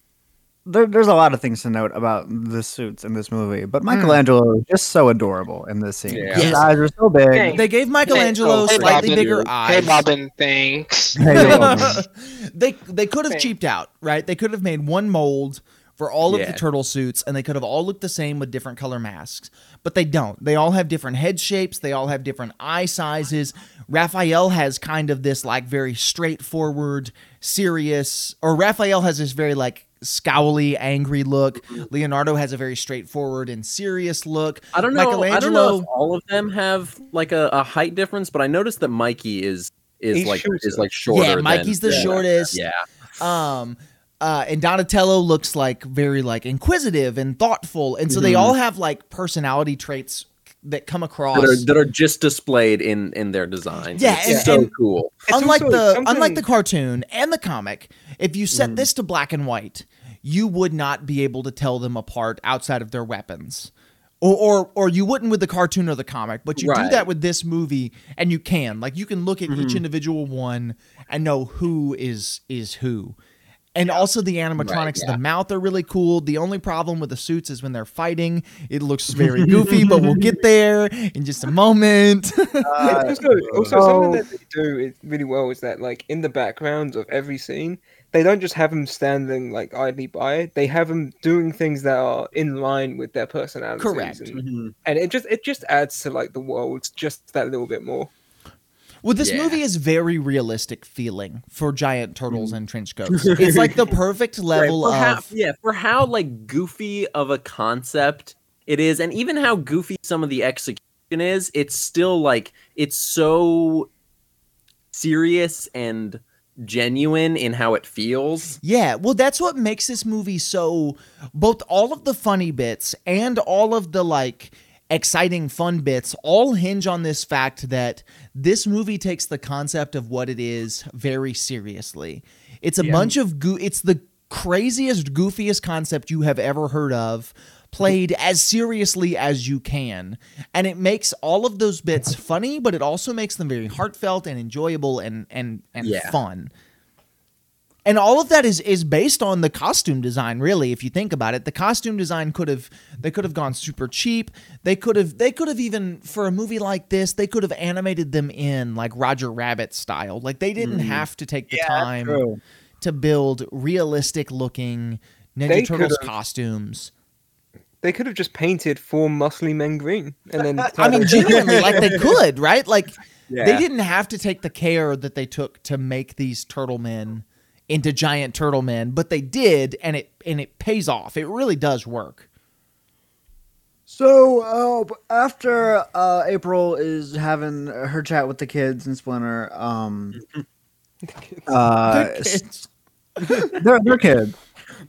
Speaker 4: there, there's a lot of things to note about the suits in this movie, but Michelangelo is just so adorable in this scene. His
Speaker 5: Yeah.
Speaker 1: Hmm. Yes.
Speaker 4: eyes are so big.
Speaker 2: Hey.
Speaker 1: They gave Michelangelo
Speaker 2: Hey,
Speaker 1: slightly
Speaker 2: Bobbin.
Speaker 1: bigger
Speaker 2: Hey,
Speaker 1: eyes. (laughs)
Speaker 2: Bobbin, thanks. (laughs)
Speaker 4: Hey, Bobbin.
Speaker 1: they they could have cheaped out, right? They could have made one mold for all of
Speaker 3: Yeah.
Speaker 1: the turtle suits, and they could have all looked the same with different color masks. But they don't. They all have different head shapes. They all have different eye sizes. Raphael has kind of this like very straightforward, serious, or Raphael has this very like scowly, angry look.
Speaker 2: Mm-hmm.
Speaker 1: Leonardo has a very straightforward and serious look.
Speaker 3: I don't know. I don't know
Speaker 1: Michelangelo-
Speaker 3: if all of them have like a, a height difference, but I noticed that Mikey is is
Speaker 5: He's
Speaker 3: like
Speaker 5: shorter.
Speaker 3: is like shorter.
Speaker 1: yeah,
Speaker 3: than-
Speaker 1: Mikey's the
Speaker 3: yeah.
Speaker 1: shortest.
Speaker 3: Yeah,
Speaker 1: Um, uh, and Donatello looks like very like inquisitive and thoughtful, and so
Speaker 3: Mm-hmm.
Speaker 1: they all have like personality traits that come across.
Speaker 3: that are, that are just displayed in in their designs.
Speaker 1: Yeah,
Speaker 3: It's
Speaker 1: and-
Speaker 3: so
Speaker 1: and-
Speaker 3: cool.
Speaker 5: It's
Speaker 1: unlike
Speaker 5: also
Speaker 1: the
Speaker 5: something-
Speaker 1: unlike the cartoon and the comic, if you set this to black and white, you would not be able to tell them apart outside of their weapons. Or, or, or you wouldn't with the cartoon or the comic, but you do
Speaker 3: Right.
Speaker 1: that with this movie, and you can like you can look at each individual one and know who is is who, and also the animatronics of
Speaker 3: Right,
Speaker 1: the mouth are really cool. The only problem with the suits is when they're fighting, it looks very goofy, but we'll get there in just a moment. (laughs)
Speaker 5: (laughs) It's also, also
Speaker 4: oh.
Speaker 5: something that they do it really well is that like in the background of every scene, they don't just have them standing like idly by. They have them doing things that are in line with their personalities.
Speaker 1: Correct.
Speaker 5: And, and it just it just adds to like the world just that little bit more.
Speaker 1: Well, this
Speaker 3: Yeah.
Speaker 1: movie is very realistic feeling for giant turtles and trench coats. It's like the perfect level
Speaker 3: for how,
Speaker 1: of.
Speaker 3: yeah for how like goofy of a concept it is and even how goofy some of the execution is it's still like it's so serious and genuine in how it feels
Speaker 1: Yeah, well, that's what makes this movie so. Both all of the funny bits and all of the like exciting fun bits all hinge on this fact that this movie takes the concept of what it is very seriously. It's a bunch of goo. It's the craziest, goofiest concept you have ever heard of, played as seriously as you can. And it makes all of those bits funny, but it also makes them very heartfelt and enjoyable and and and
Speaker 3: Yeah.
Speaker 1: fun. And all of that is is based on the costume design, really. If you think about it, the costume design could have they could have gone super cheap. They could have they could have even for a movie like this, they could have animated them in like Roger Rabbit style. Like they didn't have to take the time
Speaker 4: true.
Speaker 1: to build realistic looking Ninja
Speaker 5: They
Speaker 1: Turtles
Speaker 5: could've-
Speaker 1: costumes.
Speaker 5: They could have just painted four muscly men green and then
Speaker 1: I mean, genuinely, like they could, right? Like they
Speaker 3: Yeah.
Speaker 1: didn't have to take the care that they took to make these turtle men into giant turtle men, but they did, and it and it pays off. It really does work.
Speaker 4: So uh, after uh, April is having her chat with the kids and Splinter, um, uh,
Speaker 1: It's-
Speaker 4: they're, they're kids.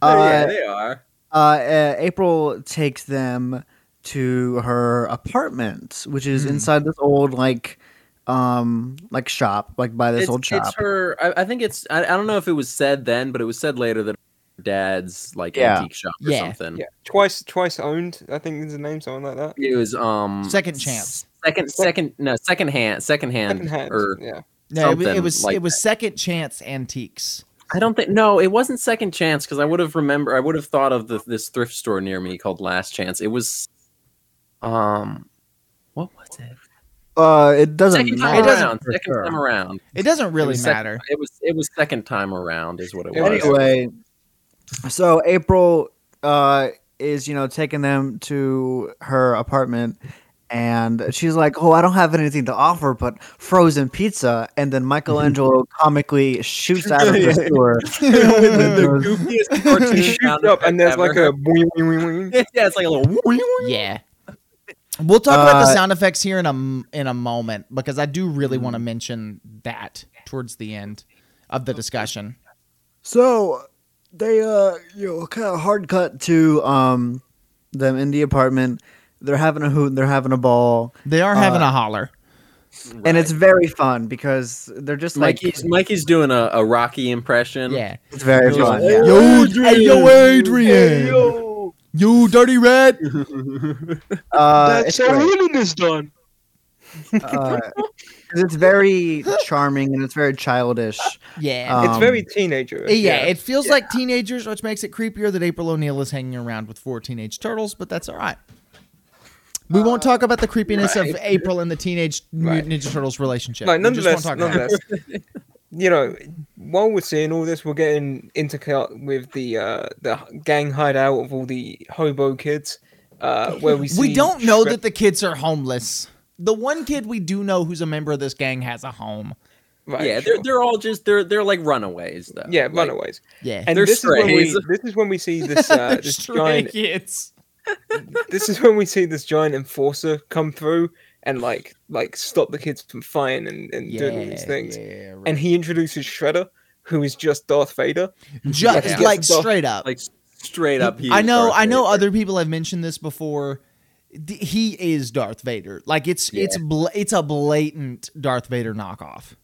Speaker 1: Oh,
Speaker 4: Uh,
Speaker 3: they are
Speaker 4: uh, uh, April takes them to her apartment, which
Speaker 3: Hmm.
Speaker 4: is inside this old like um like shop, like by this
Speaker 3: it's,
Speaker 4: old shop.
Speaker 3: it's her I, I think it's I, I don't know if it was said then but it was said later that her dad's like
Speaker 4: Yeah.
Speaker 3: antique shop or
Speaker 1: Yeah.
Speaker 3: something
Speaker 5: yeah, twice twice owned. I think is the name something like that.
Speaker 3: it was um
Speaker 1: Second chance.
Speaker 3: second second no second hand second hand,
Speaker 5: Second hand,
Speaker 3: or
Speaker 1: (laughs)
Speaker 5: yeah.
Speaker 1: no, it was it
Speaker 3: something
Speaker 1: was,
Speaker 3: like
Speaker 1: it was second chance antiques.
Speaker 3: I don't think no, it wasn't second chance because I would have remember I would have thought of the, this thrift store near me called Last Chance. It was, um, what was it?
Speaker 4: Uh, it doesn't.
Speaker 3: Second
Speaker 4: matter
Speaker 3: time around.
Speaker 4: for
Speaker 3: Second
Speaker 4: sure.
Speaker 3: time around.
Speaker 1: It doesn't
Speaker 3: it
Speaker 1: really
Speaker 3: was second-
Speaker 1: matter.
Speaker 3: it was it was second time around is what it was. (laughs)
Speaker 4: anyway, so April uh, is you know taking them to her apartment, and she's like, "Oh, I don't have anything to offer but frozen pizza." And
Speaker 3: (laughs)
Speaker 4: then Michelangelo comically shoots out of the store.
Speaker 3: (laughs) the
Speaker 4: (laughs)
Speaker 3: goofiest cartoon
Speaker 5: He shoots
Speaker 3: sound
Speaker 5: up and there's
Speaker 3: effect
Speaker 5: like
Speaker 3: ever.
Speaker 5: a wing, wing, wing, wing.
Speaker 3: (laughs) yeah, it's like a little
Speaker 1: Yeah. We'll talk about the
Speaker 4: Uh,
Speaker 1: sound effects here in a m- in a moment because I do really want to
Speaker 3: Mm.
Speaker 1: mention that towards the end of the discussion.
Speaker 4: So they uh you know kind of hard cut to um them in the apartment. They're having a hoot. They're having a ball,
Speaker 1: They are having
Speaker 3: Uh,
Speaker 1: a holler.
Speaker 4: and it's very fun because they're just like
Speaker 3: Mikey's Mikey's doing a, a Rocky impression. (laughs)
Speaker 1: Yeah.
Speaker 4: (laughs) it's very
Speaker 3: Goes,
Speaker 4: fun.
Speaker 3: "Hey,
Speaker 4: yeah.
Speaker 1: Yo, Adrian. yo, Adrian.
Speaker 5: Hey, yo,
Speaker 1: You dirty rat.
Speaker 4: Uh,
Speaker 2: That's
Speaker 4: it's
Speaker 2: how
Speaker 4: great.
Speaker 2: winning is done.
Speaker 4: Uh, 'cause it's very charming and it's very childish.
Speaker 1: Yeah.
Speaker 4: Um,
Speaker 5: it's very teenager.
Speaker 1: yeah, it feels like teenagers, which makes it creepier that April O'Neil is hanging around with four teenage turtles, but that's all right. We won't talk about the creepiness of
Speaker 5: right.
Speaker 1: April and the teenage
Speaker 5: Right.
Speaker 1: Mutant Ninja Turtles relationship.
Speaker 5: No,
Speaker 1: We just won't
Speaker 5: nonetheless,
Speaker 1: talk about it.
Speaker 5: nonetheless,
Speaker 1: (laughs)
Speaker 5: you know, while we're seeing all this, we're getting intercut with the uh, the gang hideout of all the hobo kids, uh, where we see
Speaker 1: We don't know
Speaker 5: Shre-
Speaker 1: that the kids are homeless. The one kid we do know who's a member of this gang has a home.
Speaker 5: right,
Speaker 3: yeah,
Speaker 5: sure.
Speaker 3: they're they're all just they're they're like runaways though.
Speaker 5: yeah
Speaker 3: Like,
Speaker 5: runaways.
Speaker 1: Yeah.
Speaker 5: And
Speaker 3: They're
Speaker 5: this is, when we,
Speaker 3: strays.
Speaker 5: this is when we see this
Speaker 1: (laughs)
Speaker 5: uh, this
Speaker 1: Stray
Speaker 5: giant
Speaker 1: kids.
Speaker 5: this is when we see this giant enforcer come through and like like stop the kids from fighting and, and doing all these things.
Speaker 1: yeah,
Speaker 5: And he introduces Shredder, who is just Darth Vader.
Speaker 1: just
Speaker 3: Yeah.
Speaker 1: like
Speaker 5: Yeah.
Speaker 1: straight up.
Speaker 3: like straight up. he
Speaker 1: I
Speaker 3: is
Speaker 1: know.
Speaker 3: Darth
Speaker 1: I know.
Speaker 3: Vader.
Speaker 1: Other people have mentioned this before. D- He is Darth Vader. Like it's it's bla- it's a blatant Darth Vader
Speaker 3: (laughs)
Speaker 1: knockoff.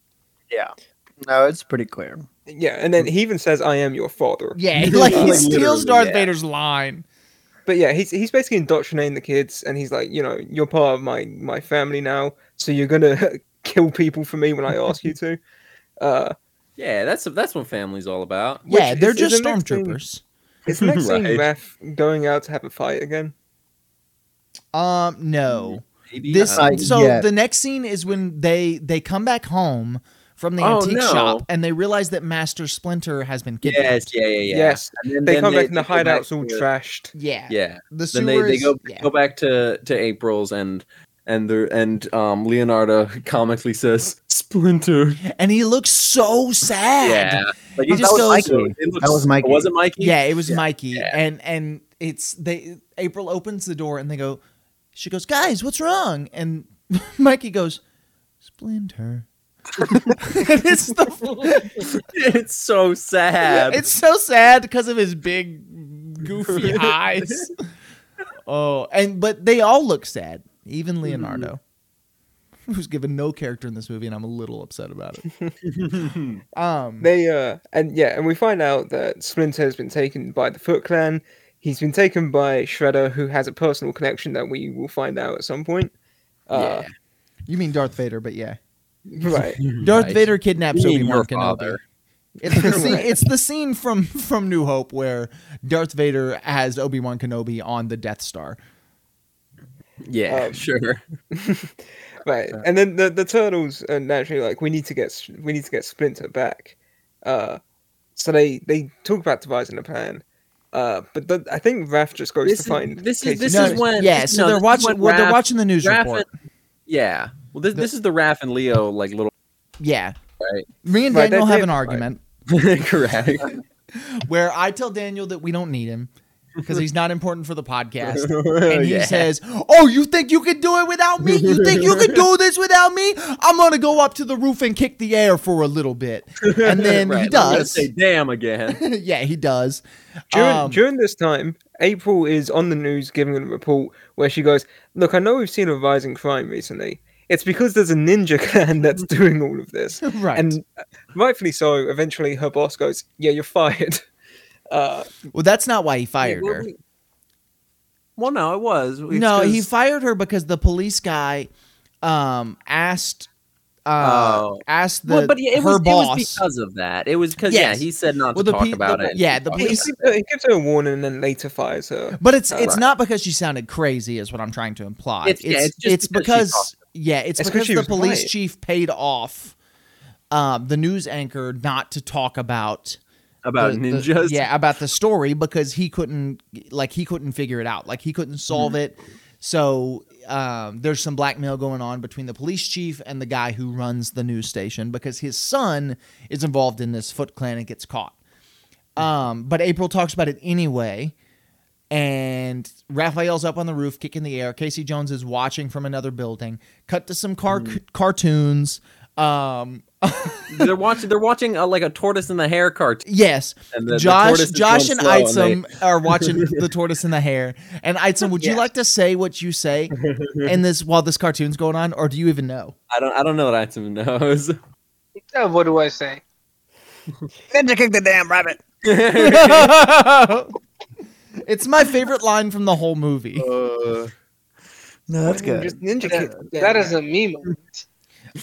Speaker 4: Yeah. No, it's pretty clear.
Speaker 5: Yeah, and then he even says, "I am your father."
Speaker 1: Yeah, like he
Speaker 3: Like,
Speaker 1: steals
Speaker 3: literally,
Speaker 1: Darth
Speaker 3: yeah.
Speaker 1: Vader's line.
Speaker 5: But yeah, he's he's basically indoctrinating the kids, and he's like, you know, you're part of my my family now, so you're gonna (laughs) kill people for me when I ask you to. Uh,
Speaker 3: Yeah, that's that's what family's all about.
Speaker 5: Which
Speaker 1: yeah, they're
Speaker 5: is- is
Speaker 1: just
Speaker 5: the next thing-
Speaker 1: stormtroopers.
Speaker 5: is the next thing
Speaker 3: Right.
Speaker 5: Raph going out to have a fight again?
Speaker 1: Um, no.
Speaker 3: Maybe,
Speaker 1: This
Speaker 3: uh,
Speaker 4: Uh,
Speaker 1: so
Speaker 4: yeah.
Speaker 1: the next scene is when they they come back home from the
Speaker 3: Oh,
Speaker 1: antique
Speaker 3: no.
Speaker 1: shop and they realize that Master Splinter has been
Speaker 3: yes,
Speaker 1: kidnapped.
Speaker 3: yeah, yeah, yeah.
Speaker 5: Yes,
Speaker 3: And then-
Speaker 5: they
Speaker 3: then
Speaker 5: come back and the
Speaker 3: they go back
Speaker 5: hideout's all
Speaker 3: to-
Speaker 5: trashed.
Speaker 1: Yeah,
Speaker 3: Yeah,
Speaker 1: The
Speaker 3: then they, they
Speaker 1: sewers-
Speaker 3: go
Speaker 1: yeah.
Speaker 3: go back to to April's and and the and um Leonardo comically says Splinter.
Speaker 1: and he looks so sad.
Speaker 3: Yeah, like
Speaker 1: He
Speaker 3: that
Speaker 1: just
Speaker 3: was
Speaker 1: goes-
Speaker 3: so- it looks-
Speaker 4: That was Mikey.
Speaker 3: Was it Mikey?
Speaker 1: Yeah, it was
Speaker 3: Yeah.
Speaker 1: Mikey,
Speaker 3: Yeah.
Speaker 1: and and it's they. April opens the door and they go. She goes, guys, what's wrong? And (laughs) Mikey goes, Splinter. (laughs) And it's
Speaker 3: (laughs)
Speaker 1: the
Speaker 3: (laughs) it's so sad.
Speaker 1: it's so sad because of his big
Speaker 3: (laughs)
Speaker 1: goofy eyes. Oh, and but they all look sad,
Speaker 3: Mm-hmm.
Speaker 1: even Leonardo, who's given no character in this movie, and I'm a little upset about it.
Speaker 3: (laughs)
Speaker 1: um,
Speaker 5: They uh and yeah, and we find out that Splinter has been taken by the Foot Clan. He's been taken by Shredder, who has a personal connection that we will find out at some point. Uh,
Speaker 1: you mean Darth Vader, but yeah.
Speaker 5: (laughs) Right.
Speaker 1: Darth
Speaker 3: Right.
Speaker 1: Vader kidnaps
Speaker 3: You mean
Speaker 1: Obi Wan
Speaker 3: your
Speaker 1: Kenobi.
Speaker 3: father.
Speaker 1: It's
Speaker 3: (laughs)
Speaker 1: the, scene, it's the scene from from New Hope where Darth Vader has Obi Wan Kenobi on the Death Star.
Speaker 3: yeah,
Speaker 1: uh,
Speaker 5: um,
Speaker 3: sure.
Speaker 5: Right, and then the the turtles are naturally like, we need to get S- we need to get Splinter back. Uh, so they they talk about devising a plan. Uh, but the, I think Raph just goes
Speaker 3: This
Speaker 5: to
Speaker 3: is
Speaker 5: find
Speaker 3: this
Speaker 5: Casey.
Speaker 3: is this
Speaker 1: No,
Speaker 3: is when
Speaker 1: yeah, so
Speaker 3: no,
Speaker 1: they're
Speaker 3: this is
Speaker 1: watching
Speaker 3: when
Speaker 1: well, they're
Speaker 3: Raph-
Speaker 1: watching the news
Speaker 3: Raph
Speaker 1: report.
Speaker 3: and- yeah. Well, this,
Speaker 1: The-
Speaker 3: this is the Raph and Leo like little (laughs)
Speaker 1: yeah,
Speaker 3: right.
Speaker 1: me and
Speaker 5: Right,
Speaker 1: Daniel
Speaker 5: they
Speaker 1: have
Speaker 5: did,
Speaker 1: an
Speaker 5: right.
Speaker 1: argument
Speaker 3: Correct.
Speaker 1: where I tell Daniel that we don't need him because he's not important for the
Speaker 3: (laughs)
Speaker 1: podcast, and he
Speaker 3: Yeah.
Speaker 1: says, "Oh, you think you can do it without me? You think you can do this without me? I'm gonna go up to the roof and kick the air for a little bit." And then
Speaker 3: (laughs) Right,
Speaker 1: he
Speaker 3: I'm gonna
Speaker 1: does.
Speaker 3: say damn again.
Speaker 1: (laughs) yeah, he does.
Speaker 5: During,
Speaker 1: Um,
Speaker 5: during this time, April is on the news giving a report where she goes, Look, I know we've seen a rise in crime recently. It's because there's a ninja (laughs) clan that's doing all of
Speaker 1: (laughs)
Speaker 5: this.
Speaker 1: Mm-hmm. Right.
Speaker 5: And uh, rightfully so, eventually her boss goes, Yeah, you're (laughs) fired. Uh,
Speaker 1: Well, that's not why he fired
Speaker 3: well,
Speaker 1: her.
Speaker 3: we- Well, no, it was. It's
Speaker 1: No, he
Speaker 3: 'cause-
Speaker 1: fired her because the police guy um, asked uh,
Speaker 3: Oh.
Speaker 1: asked the
Speaker 3: well, but yeah, it,
Speaker 1: her
Speaker 3: was,
Speaker 1: boss.
Speaker 3: it was because of that. It was because
Speaker 1: Yes.
Speaker 3: yeah, he said not
Speaker 1: Well,
Speaker 3: to
Speaker 1: the
Speaker 3: talk
Speaker 1: pe-
Speaker 3: about
Speaker 1: the-
Speaker 3: it. and
Speaker 1: yeah,
Speaker 3: he
Speaker 1: the
Speaker 3: talked
Speaker 5: he,
Speaker 1: police-
Speaker 3: about
Speaker 5: gives her, he gives her a warning and then later fires her.
Speaker 1: but it's it's
Speaker 3: Right.
Speaker 1: not because she sounded crazy, is what I'm trying to imply.
Speaker 3: It's- yeah, it's just because she
Speaker 1: because yeah, it's,
Speaker 5: It's 'cause
Speaker 1: because
Speaker 5: she
Speaker 1: the
Speaker 5: was
Speaker 1: police
Speaker 5: white.
Speaker 1: chief paid off um, the news anchor not to talk about
Speaker 3: about
Speaker 1: the- the-
Speaker 3: ninjas.
Speaker 1: yeah, about the story because he couldn't like he couldn't figure it out. Like he couldn't solve it.
Speaker 3: Mm-hmm.
Speaker 1: So um, there's some blackmail going on between the police chief and the guy who runs the news station because his son is involved in this Foot Clan and gets caught. Um, but April talks about it anyway. And Raphael's up on the roof, kicking the air. Casey Jones is watching from another building. Cut to some car-
Speaker 3: Mm.
Speaker 1: cartoons. Um,
Speaker 3: (laughs)
Speaker 1: (laughs)
Speaker 3: they're watching. They're watching uh, like a tortoise in the hair cartoon.
Speaker 1: Yes.
Speaker 3: And the- the
Speaker 1: Josh,
Speaker 3: tortoise is
Speaker 1: Josh,
Speaker 3: going
Speaker 1: and
Speaker 3: slow and
Speaker 1: Itzum are
Speaker 3: (laughs)
Speaker 1: watching the tortoise and the hare. And Itzum, would you
Speaker 5: Yeah.
Speaker 1: like to say what you
Speaker 3: (laughs)
Speaker 1: say in this while this cartoon's going on, or do you even know?
Speaker 3: I don't. I don't know what
Speaker 1: (laughs)
Speaker 3: Item knows. (laughs)
Speaker 2: Uh, what do I say?
Speaker 4: Ninja kick the damn rabbit.
Speaker 1: it's my favorite line from the whole movie.
Speaker 4: No, that's good.
Speaker 5: Just ninja
Speaker 2: That,
Speaker 5: kick.
Speaker 2: that is a meme. moment.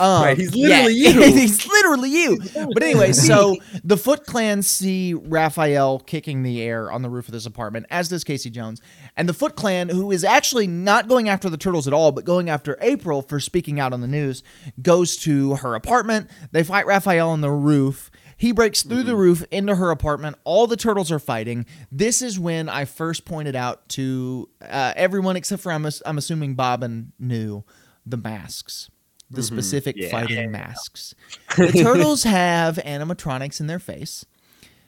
Speaker 1: Um,
Speaker 5: Right, he's
Speaker 1: (laughs)
Speaker 5: literally
Speaker 1: yeah,
Speaker 5: you.
Speaker 1: he's literally you. But anyway, so the Foot Clan see Raphael kicking the air on the roof of this apartment, as does Casey Jones. And the Foot Clan, who is actually not going after the turtles at all, but going after April for speaking out on the news, goes to her apartment. They fight Raphael on the roof. He breaks through
Speaker 5: Mm-hmm.
Speaker 1: the roof into her apartment. All the turtles are fighting. This is when I first pointed out to uh, everyone, except for I'm, ass- I'm assuming Bob and knew the masks, the
Speaker 5: Mm-hmm.
Speaker 1: specific fighting masks.
Speaker 5: (laughs)
Speaker 1: The turtles have animatronics in their face.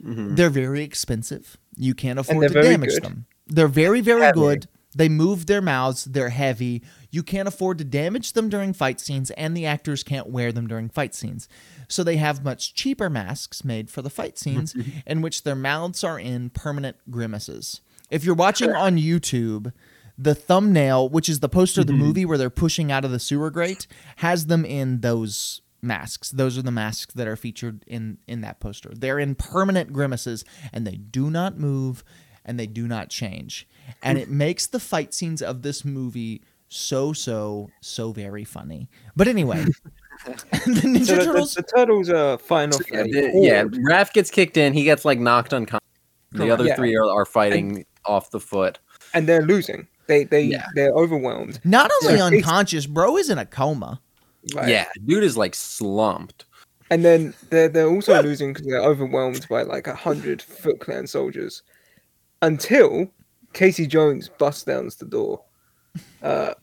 Speaker 1: They're very expensive. You can't afford
Speaker 5: Mm-hmm. they're
Speaker 1: to
Speaker 5: very
Speaker 1: damage
Speaker 5: good.
Speaker 1: them. They're very, very
Speaker 4: Heavy.
Speaker 1: good. They move their mouths. They're heavy. You can't afford to damage them during fight scenes, and the actors can't wear them during fight scenes. So they have much cheaper masks made for the fight
Speaker 5: (laughs)
Speaker 1: scenes in which their mouths are in permanent grimaces. If you're watching on YouTube, the thumbnail, which is the poster of
Speaker 5: Mm-hmm.
Speaker 1: the movie where they're pushing out of the sewer grate, has them in those masks. Those are the masks that are featured in in that poster. They're in permanent grimaces and they do not move and they do not change. And it makes the fight scenes of this movie so so so very funny. But
Speaker 5: (laughs)
Speaker 1: anyway, (laughs) the Ninja
Speaker 5: So the,
Speaker 1: Turtles
Speaker 5: the, the turtles are fighting off.
Speaker 3: Yeah,
Speaker 5: a
Speaker 3: the-
Speaker 5: horde.
Speaker 3: yeah, Raph gets kicked in. He gets like knocked unconscious. The other
Speaker 5: Yeah.
Speaker 3: three are, are fighting off the foot.
Speaker 5: and they're losing. They they
Speaker 3: Yeah.
Speaker 5: they're overwhelmed.
Speaker 1: not only
Speaker 5: Yeah.
Speaker 1: unconscious, bro is in a coma.
Speaker 5: Like,
Speaker 3: Yeah, dude is like slumped.
Speaker 5: and then they're they're also losing because they're overwhelmed by like a hundred Foot Clan soldiers, until Casey Jones busts down the door. Uh,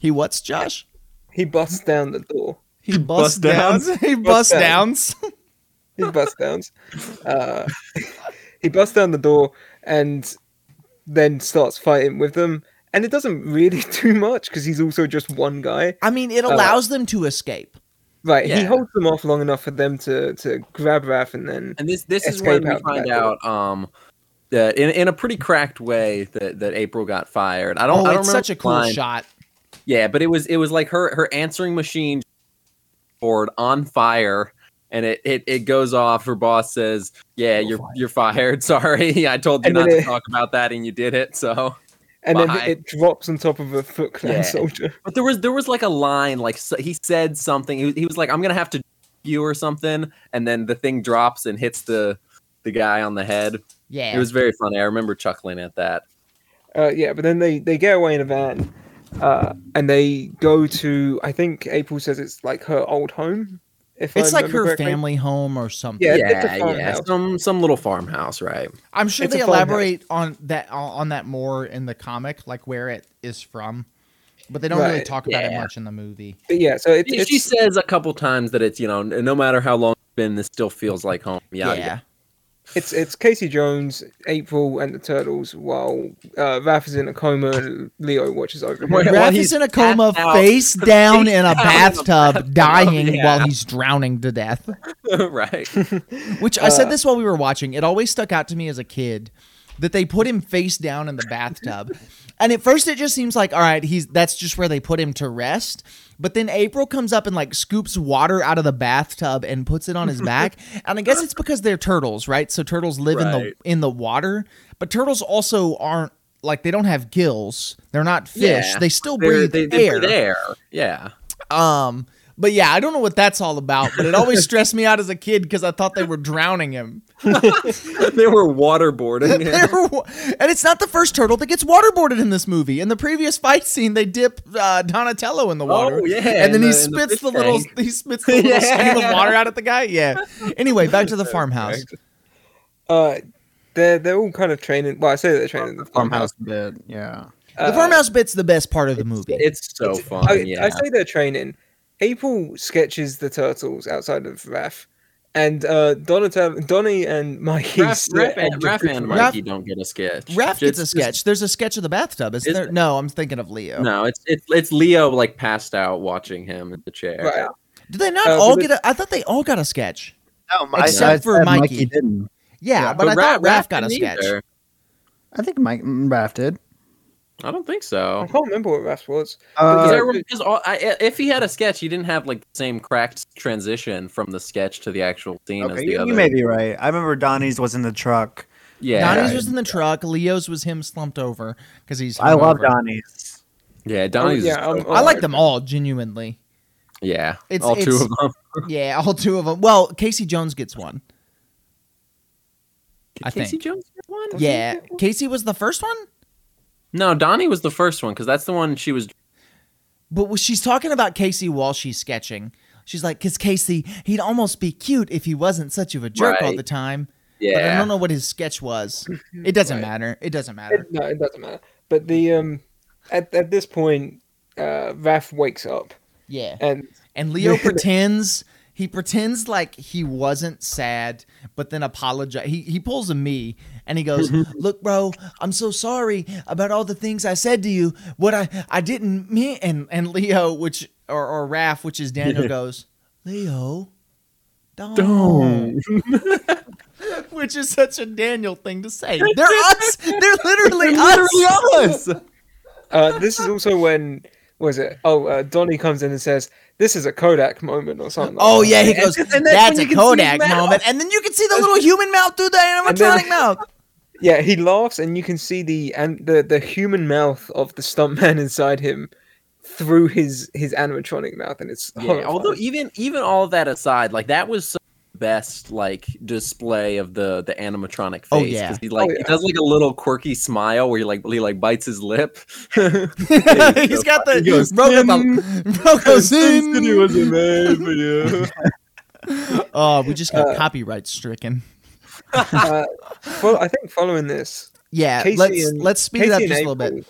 Speaker 1: He what's Josh?
Speaker 5: he busts down the door.
Speaker 1: He busts
Speaker 3: bust downs?
Speaker 1: downs. (laughs) He busts
Speaker 5: (laughs)
Speaker 1: downs.
Speaker 5: He busts down. Uh, he busts down the door and then starts fighting with them. And it doesn't really (laughs) do much because he's also just one guy.
Speaker 1: I mean, it allows them to escape.
Speaker 5: Right, he
Speaker 3: Yeah.
Speaker 5: holds them off long enough for them to to grab Raph and then
Speaker 3: And this this is when
Speaker 5: Escape
Speaker 3: we
Speaker 5: out
Speaker 3: find
Speaker 5: that door.
Speaker 3: out um that in, in a pretty cracked way that, that April got fired. I don't.
Speaker 1: Oh,
Speaker 3: I don't
Speaker 1: it's
Speaker 3: remember
Speaker 1: such a
Speaker 3: the
Speaker 1: cool
Speaker 3: line.
Speaker 1: shot.
Speaker 3: Yeah, but it was it was like her her answering machine board on fire. And it, it, it goes off. Her boss says, "Yeah, you're you're fired. (laughs) Sorry, I told you
Speaker 5: And
Speaker 3: not
Speaker 5: then
Speaker 3: to
Speaker 5: it-
Speaker 3: talk about that, and you did it." So
Speaker 5: and then
Speaker 3: Bye.
Speaker 5: it drops on top of a Foot Clan
Speaker 3: Yeah.
Speaker 5: soldier.
Speaker 3: But there was there was like a line like so, he said something. He, was- he was like, "I'm gonna have to (laughs) d- you or something," and then the thing drops and hits the the guy on the head.
Speaker 1: Yeah.
Speaker 3: It was very funny. I remember chuckling at that.
Speaker 5: Uh, yeah, but then they they get away in a van, uh, and they go to I think April says it's like her old home. If I
Speaker 1: it's like
Speaker 5: remember
Speaker 1: her
Speaker 5: correctly.
Speaker 1: family home or something.
Speaker 5: Yeah,
Speaker 3: Yeah,
Speaker 5: it's a
Speaker 3: yeah,
Speaker 5: farmhouse.
Speaker 3: some some little farmhouse, right?
Speaker 1: I'm sure
Speaker 5: It's
Speaker 1: they
Speaker 5: a farmhouse.
Speaker 1: elaborate on that on that more in the comic, like where it is from. But they don't really
Speaker 5: Right,
Speaker 1: talk about it
Speaker 3: yeah.
Speaker 1: much in the movie.
Speaker 5: But yeah, so it,
Speaker 3: She- she
Speaker 5: it's
Speaker 3: says a couple times that it's you know n- no matter how long it's been, this still feels like home. Yeah, yeah. (laughs)
Speaker 5: it's it's Casey Jones, April, and the Turtles, while uh, Raph is in a coma and Leo watches over him.
Speaker 3: Wait,
Speaker 1: Raph
Speaker 3: while
Speaker 1: is
Speaker 3: he's
Speaker 1: in a coma,
Speaker 3: passed out-
Speaker 1: face
Speaker 3: (laughs)
Speaker 1: down in a
Speaker 3: down in a
Speaker 1: bathtub, dying
Speaker 3: (laughs) yeah.
Speaker 1: while he's drowning to death.
Speaker 3: right.
Speaker 1: Which I said this while we were watching. It always stuck out to me as a kid that they put him face down in the
Speaker 3: (laughs)
Speaker 1: bathtub. and at first it just seems like all right, he's that's just where they put him to rest. But then April comes up and like scoops water out of the bathtub and puts it on his
Speaker 3: (laughs)
Speaker 1: back. and I guess it's because they're turtles, right? So turtles live in the
Speaker 3: Right.
Speaker 1: in the water, but turtles also aren't like they don't have gills. They're not fish.
Speaker 3: Yeah.
Speaker 1: They still
Speaker 3: They're-
Speaker 1: breathe
Speaker 3: they they
Speaker 1: air.
Speaker 3: breathe air. Yeah. (laughs)
Speaker 1: Um, but yeah, I don't know what that's all about, but it
Speaker 3: (laughs)
Speaker 1: always stressed me out as a kid because I thought they were drowning him.
Speaker 3: they were (laughs) waterboarding.
Speaker 1: They
Speaker 3: him.
Speaker 1: were wa- and it's not the first turtle that gets waterboarded in this movie. In the previous fight scene, they dip uh, Donatello in the (laughs) water,
Speaker 3: Oh, yeah,
Speaker 1: and then
Speaker 3: in
Speaker 1: he
Speaker 3: the- in the
Speaker 1: spits
Speaker 3: fish
Speaker 1: the, little
Speaker 3: tank.
Speaker 1: he spits the little stream of
Speaker 3: (laughs) Yeah.
Speaker 1: water out at the guy. Yeah. Anyway, back
Speaker 3: (laughs)
Speaker 1: to the farmhouse.
Speaker 5: Uh, they're they're all kind of training. Well, I say they're training in the farmhouse.
Speaker 4: Farmhouse bit, yeah.
Speaker 1: the
Speaker 5: Uh,
Speaker 1: farmhouse bit's the best part of the movie.
Speaker 3: It's so
Speaker 5: It's-
Speaker 3: fun.
Speaker 5: I,
Speaker 3: yeah.
Speaker 5: I say they're training. April sketches the turtles outside of Raph, and uh, Donatello, Donnie and Mikey.
Speaker 3: Raph,
Speaker 5: sit
Speaker 3: Raph, and,
Speaker 5: (laughs) and
Speaker 3: Raph
Speaker 5: just-
Speaker 3: and
Speaker 1: Raph-
Speaker 3: Mikey don't get a sketch.
Speaker 1: Raph gets a
Speaker 3: It's-
Speaker 1: sketch. There's a sketch of the bathtub, isn't
Speaker 3: Is
Speaker 1: there? No, I'm thinking of Leo.
Speaker 3: No, it's it's it's Leo like passed out watching him in the chair.
Speaker 5: Right.
Speaker 1: Do they not
Speaker 5: Uh,
Speaker 1: all
Speaker 5: but
Speaker 1: get a I thought they all got a sketch.
Speaker 4: No,
Speaker 1: I- Except I- for I- Mikey Mikey.
Speaker 4: didn't.
Speaker 1: Yeah, but, I thought Raph, got a
Speaker 3: didn't
Speaker 1: sketch.
Speaker 3: either.
Speaker 4: I think Mike mm, Raph did.
Speaker 3: I don't think
Speaker 5: I
Speaker 3: so.
Speaker 5: can't remember what Raph was.
Speaker 4: Uh,
Speaker 3: Because I
Speaker 5: yeah.
Speaker 3: remember- because all- I- if he had a sketch, he didn't have like the same cracked transition from the sketch to the actual scene as the
Speaker 4: okay, you,
Speaker 3: other.
Speaker 4: you may be right. I remember Donnie's was in the truck.
Speaker 3: yeah,
Speaker 1: Donnie's
Speaker 4: Right.
Speaker 1: was in the truck. Leo's was him slumped over because he's.
Speaker 4: I love
Speaker 1: hungover.
Speaker 4: Donnie's.
Speaker 3: Yeah, Donnie's.
Speaker 5: yeah, I'm-
Speaker 1: I like them all genuinely.
Speaker 3: yeah,
Speaker 1: It's-
Speaker 3: Oh, all two
Speaker 1: it's-
Speaker 3: of them.
Speaker 1: Yeah, all two of them. Well, Casey Jones gets one. I
Speaker 3: Casey
Speaker 1: think.
Speaker 3: Jones did one.
Speaker 1: Yeah, Casey was the first one,
Speaker 3: No, Donnie was the first one because that's the one she was.
Speaker 1: but was- she's talking about Casey while she's sketching. She's like, "Cause Casey, he'd almost be cute if he wasn't such of a jerk all
Speaker 3: Right.
Speaker 1: the time." But I
Speaker 3: Yeah,
Speaker 1: don't know what his sketch was. It doesn't
Speaker 5: Right.
Speaker 1: matter. It doesn't matter.
Speaker 5: It- no, it doesn't matter. But the um, at at this point, uh, Raph wakes up
Speaker 1: Yeah.
Speaker 5: and
Speaker 4: (laughs)
Speaker 1: And Leo pretends he pretends like he wasn't sad, but then apologize. He he pulls a me and he
Speaker 4: (laughs)
Speaker 1: goes, "Look, bro, I'm so sorry about all the things I said to you. What I I didn't mean." And and Leo, which or or Raph, which is Daniel, goes, "Leo, don't." which is such a Daniel thing to
Speaker 4: (laughs)
Speaker 1: say. They're us. They're literally us.
Speaker 5: uh, this is also when was it? Oh, uh, Donnie comes in and says, "This is a Kodak moment" or something. like
Speaker 1: Oh
Speaker 5: that.
Speaker 1: yeah, he goes.
Speaker 4: and that's
Speaker 1: That's
Speaker 4: when
Speaker 1: a
Speaker 4: you can see
Speaker 1: Kodak
Speaker 4: his mouth."
Speaker 1: moment, and then you can see the little human mouth through the animatronic
Speaker 5: And then-
Speaker 1: mouth.
Speaker 5: yeah. He laughs, and you can see the and the the human mouth of the stuntman (laughs) inside him through his his animatronic mouth, and it's
Speaker 3: Yeah,
Speaker 5: horrifying.
Speaker 3: although even even all that aside, like that was some of the best like display of the the animatronic face.
Speaker 1: Oh, yeah.
Speaker 3: 'cause he like
Speaker 5: Oh, yeah.
Speaker 3: he does like a little quirky smile where he like he like bites his lip. (laughs)
Speaker 1: He's got the
Speaker 3: He goes,
Speaker 1: broke up Rocco Sin. Oh, we just got
Speaker 5: Uh,
Speaker 1: copyright stricken. (laughs)
Speaker 5: uh, fol- I think following this,
Speaker 1: Yeah,
Speaker 5: Casey
Speaker 1: let's
Speaker 5: and-
Speaker 1: let's speed it up just a little bit. Hmm.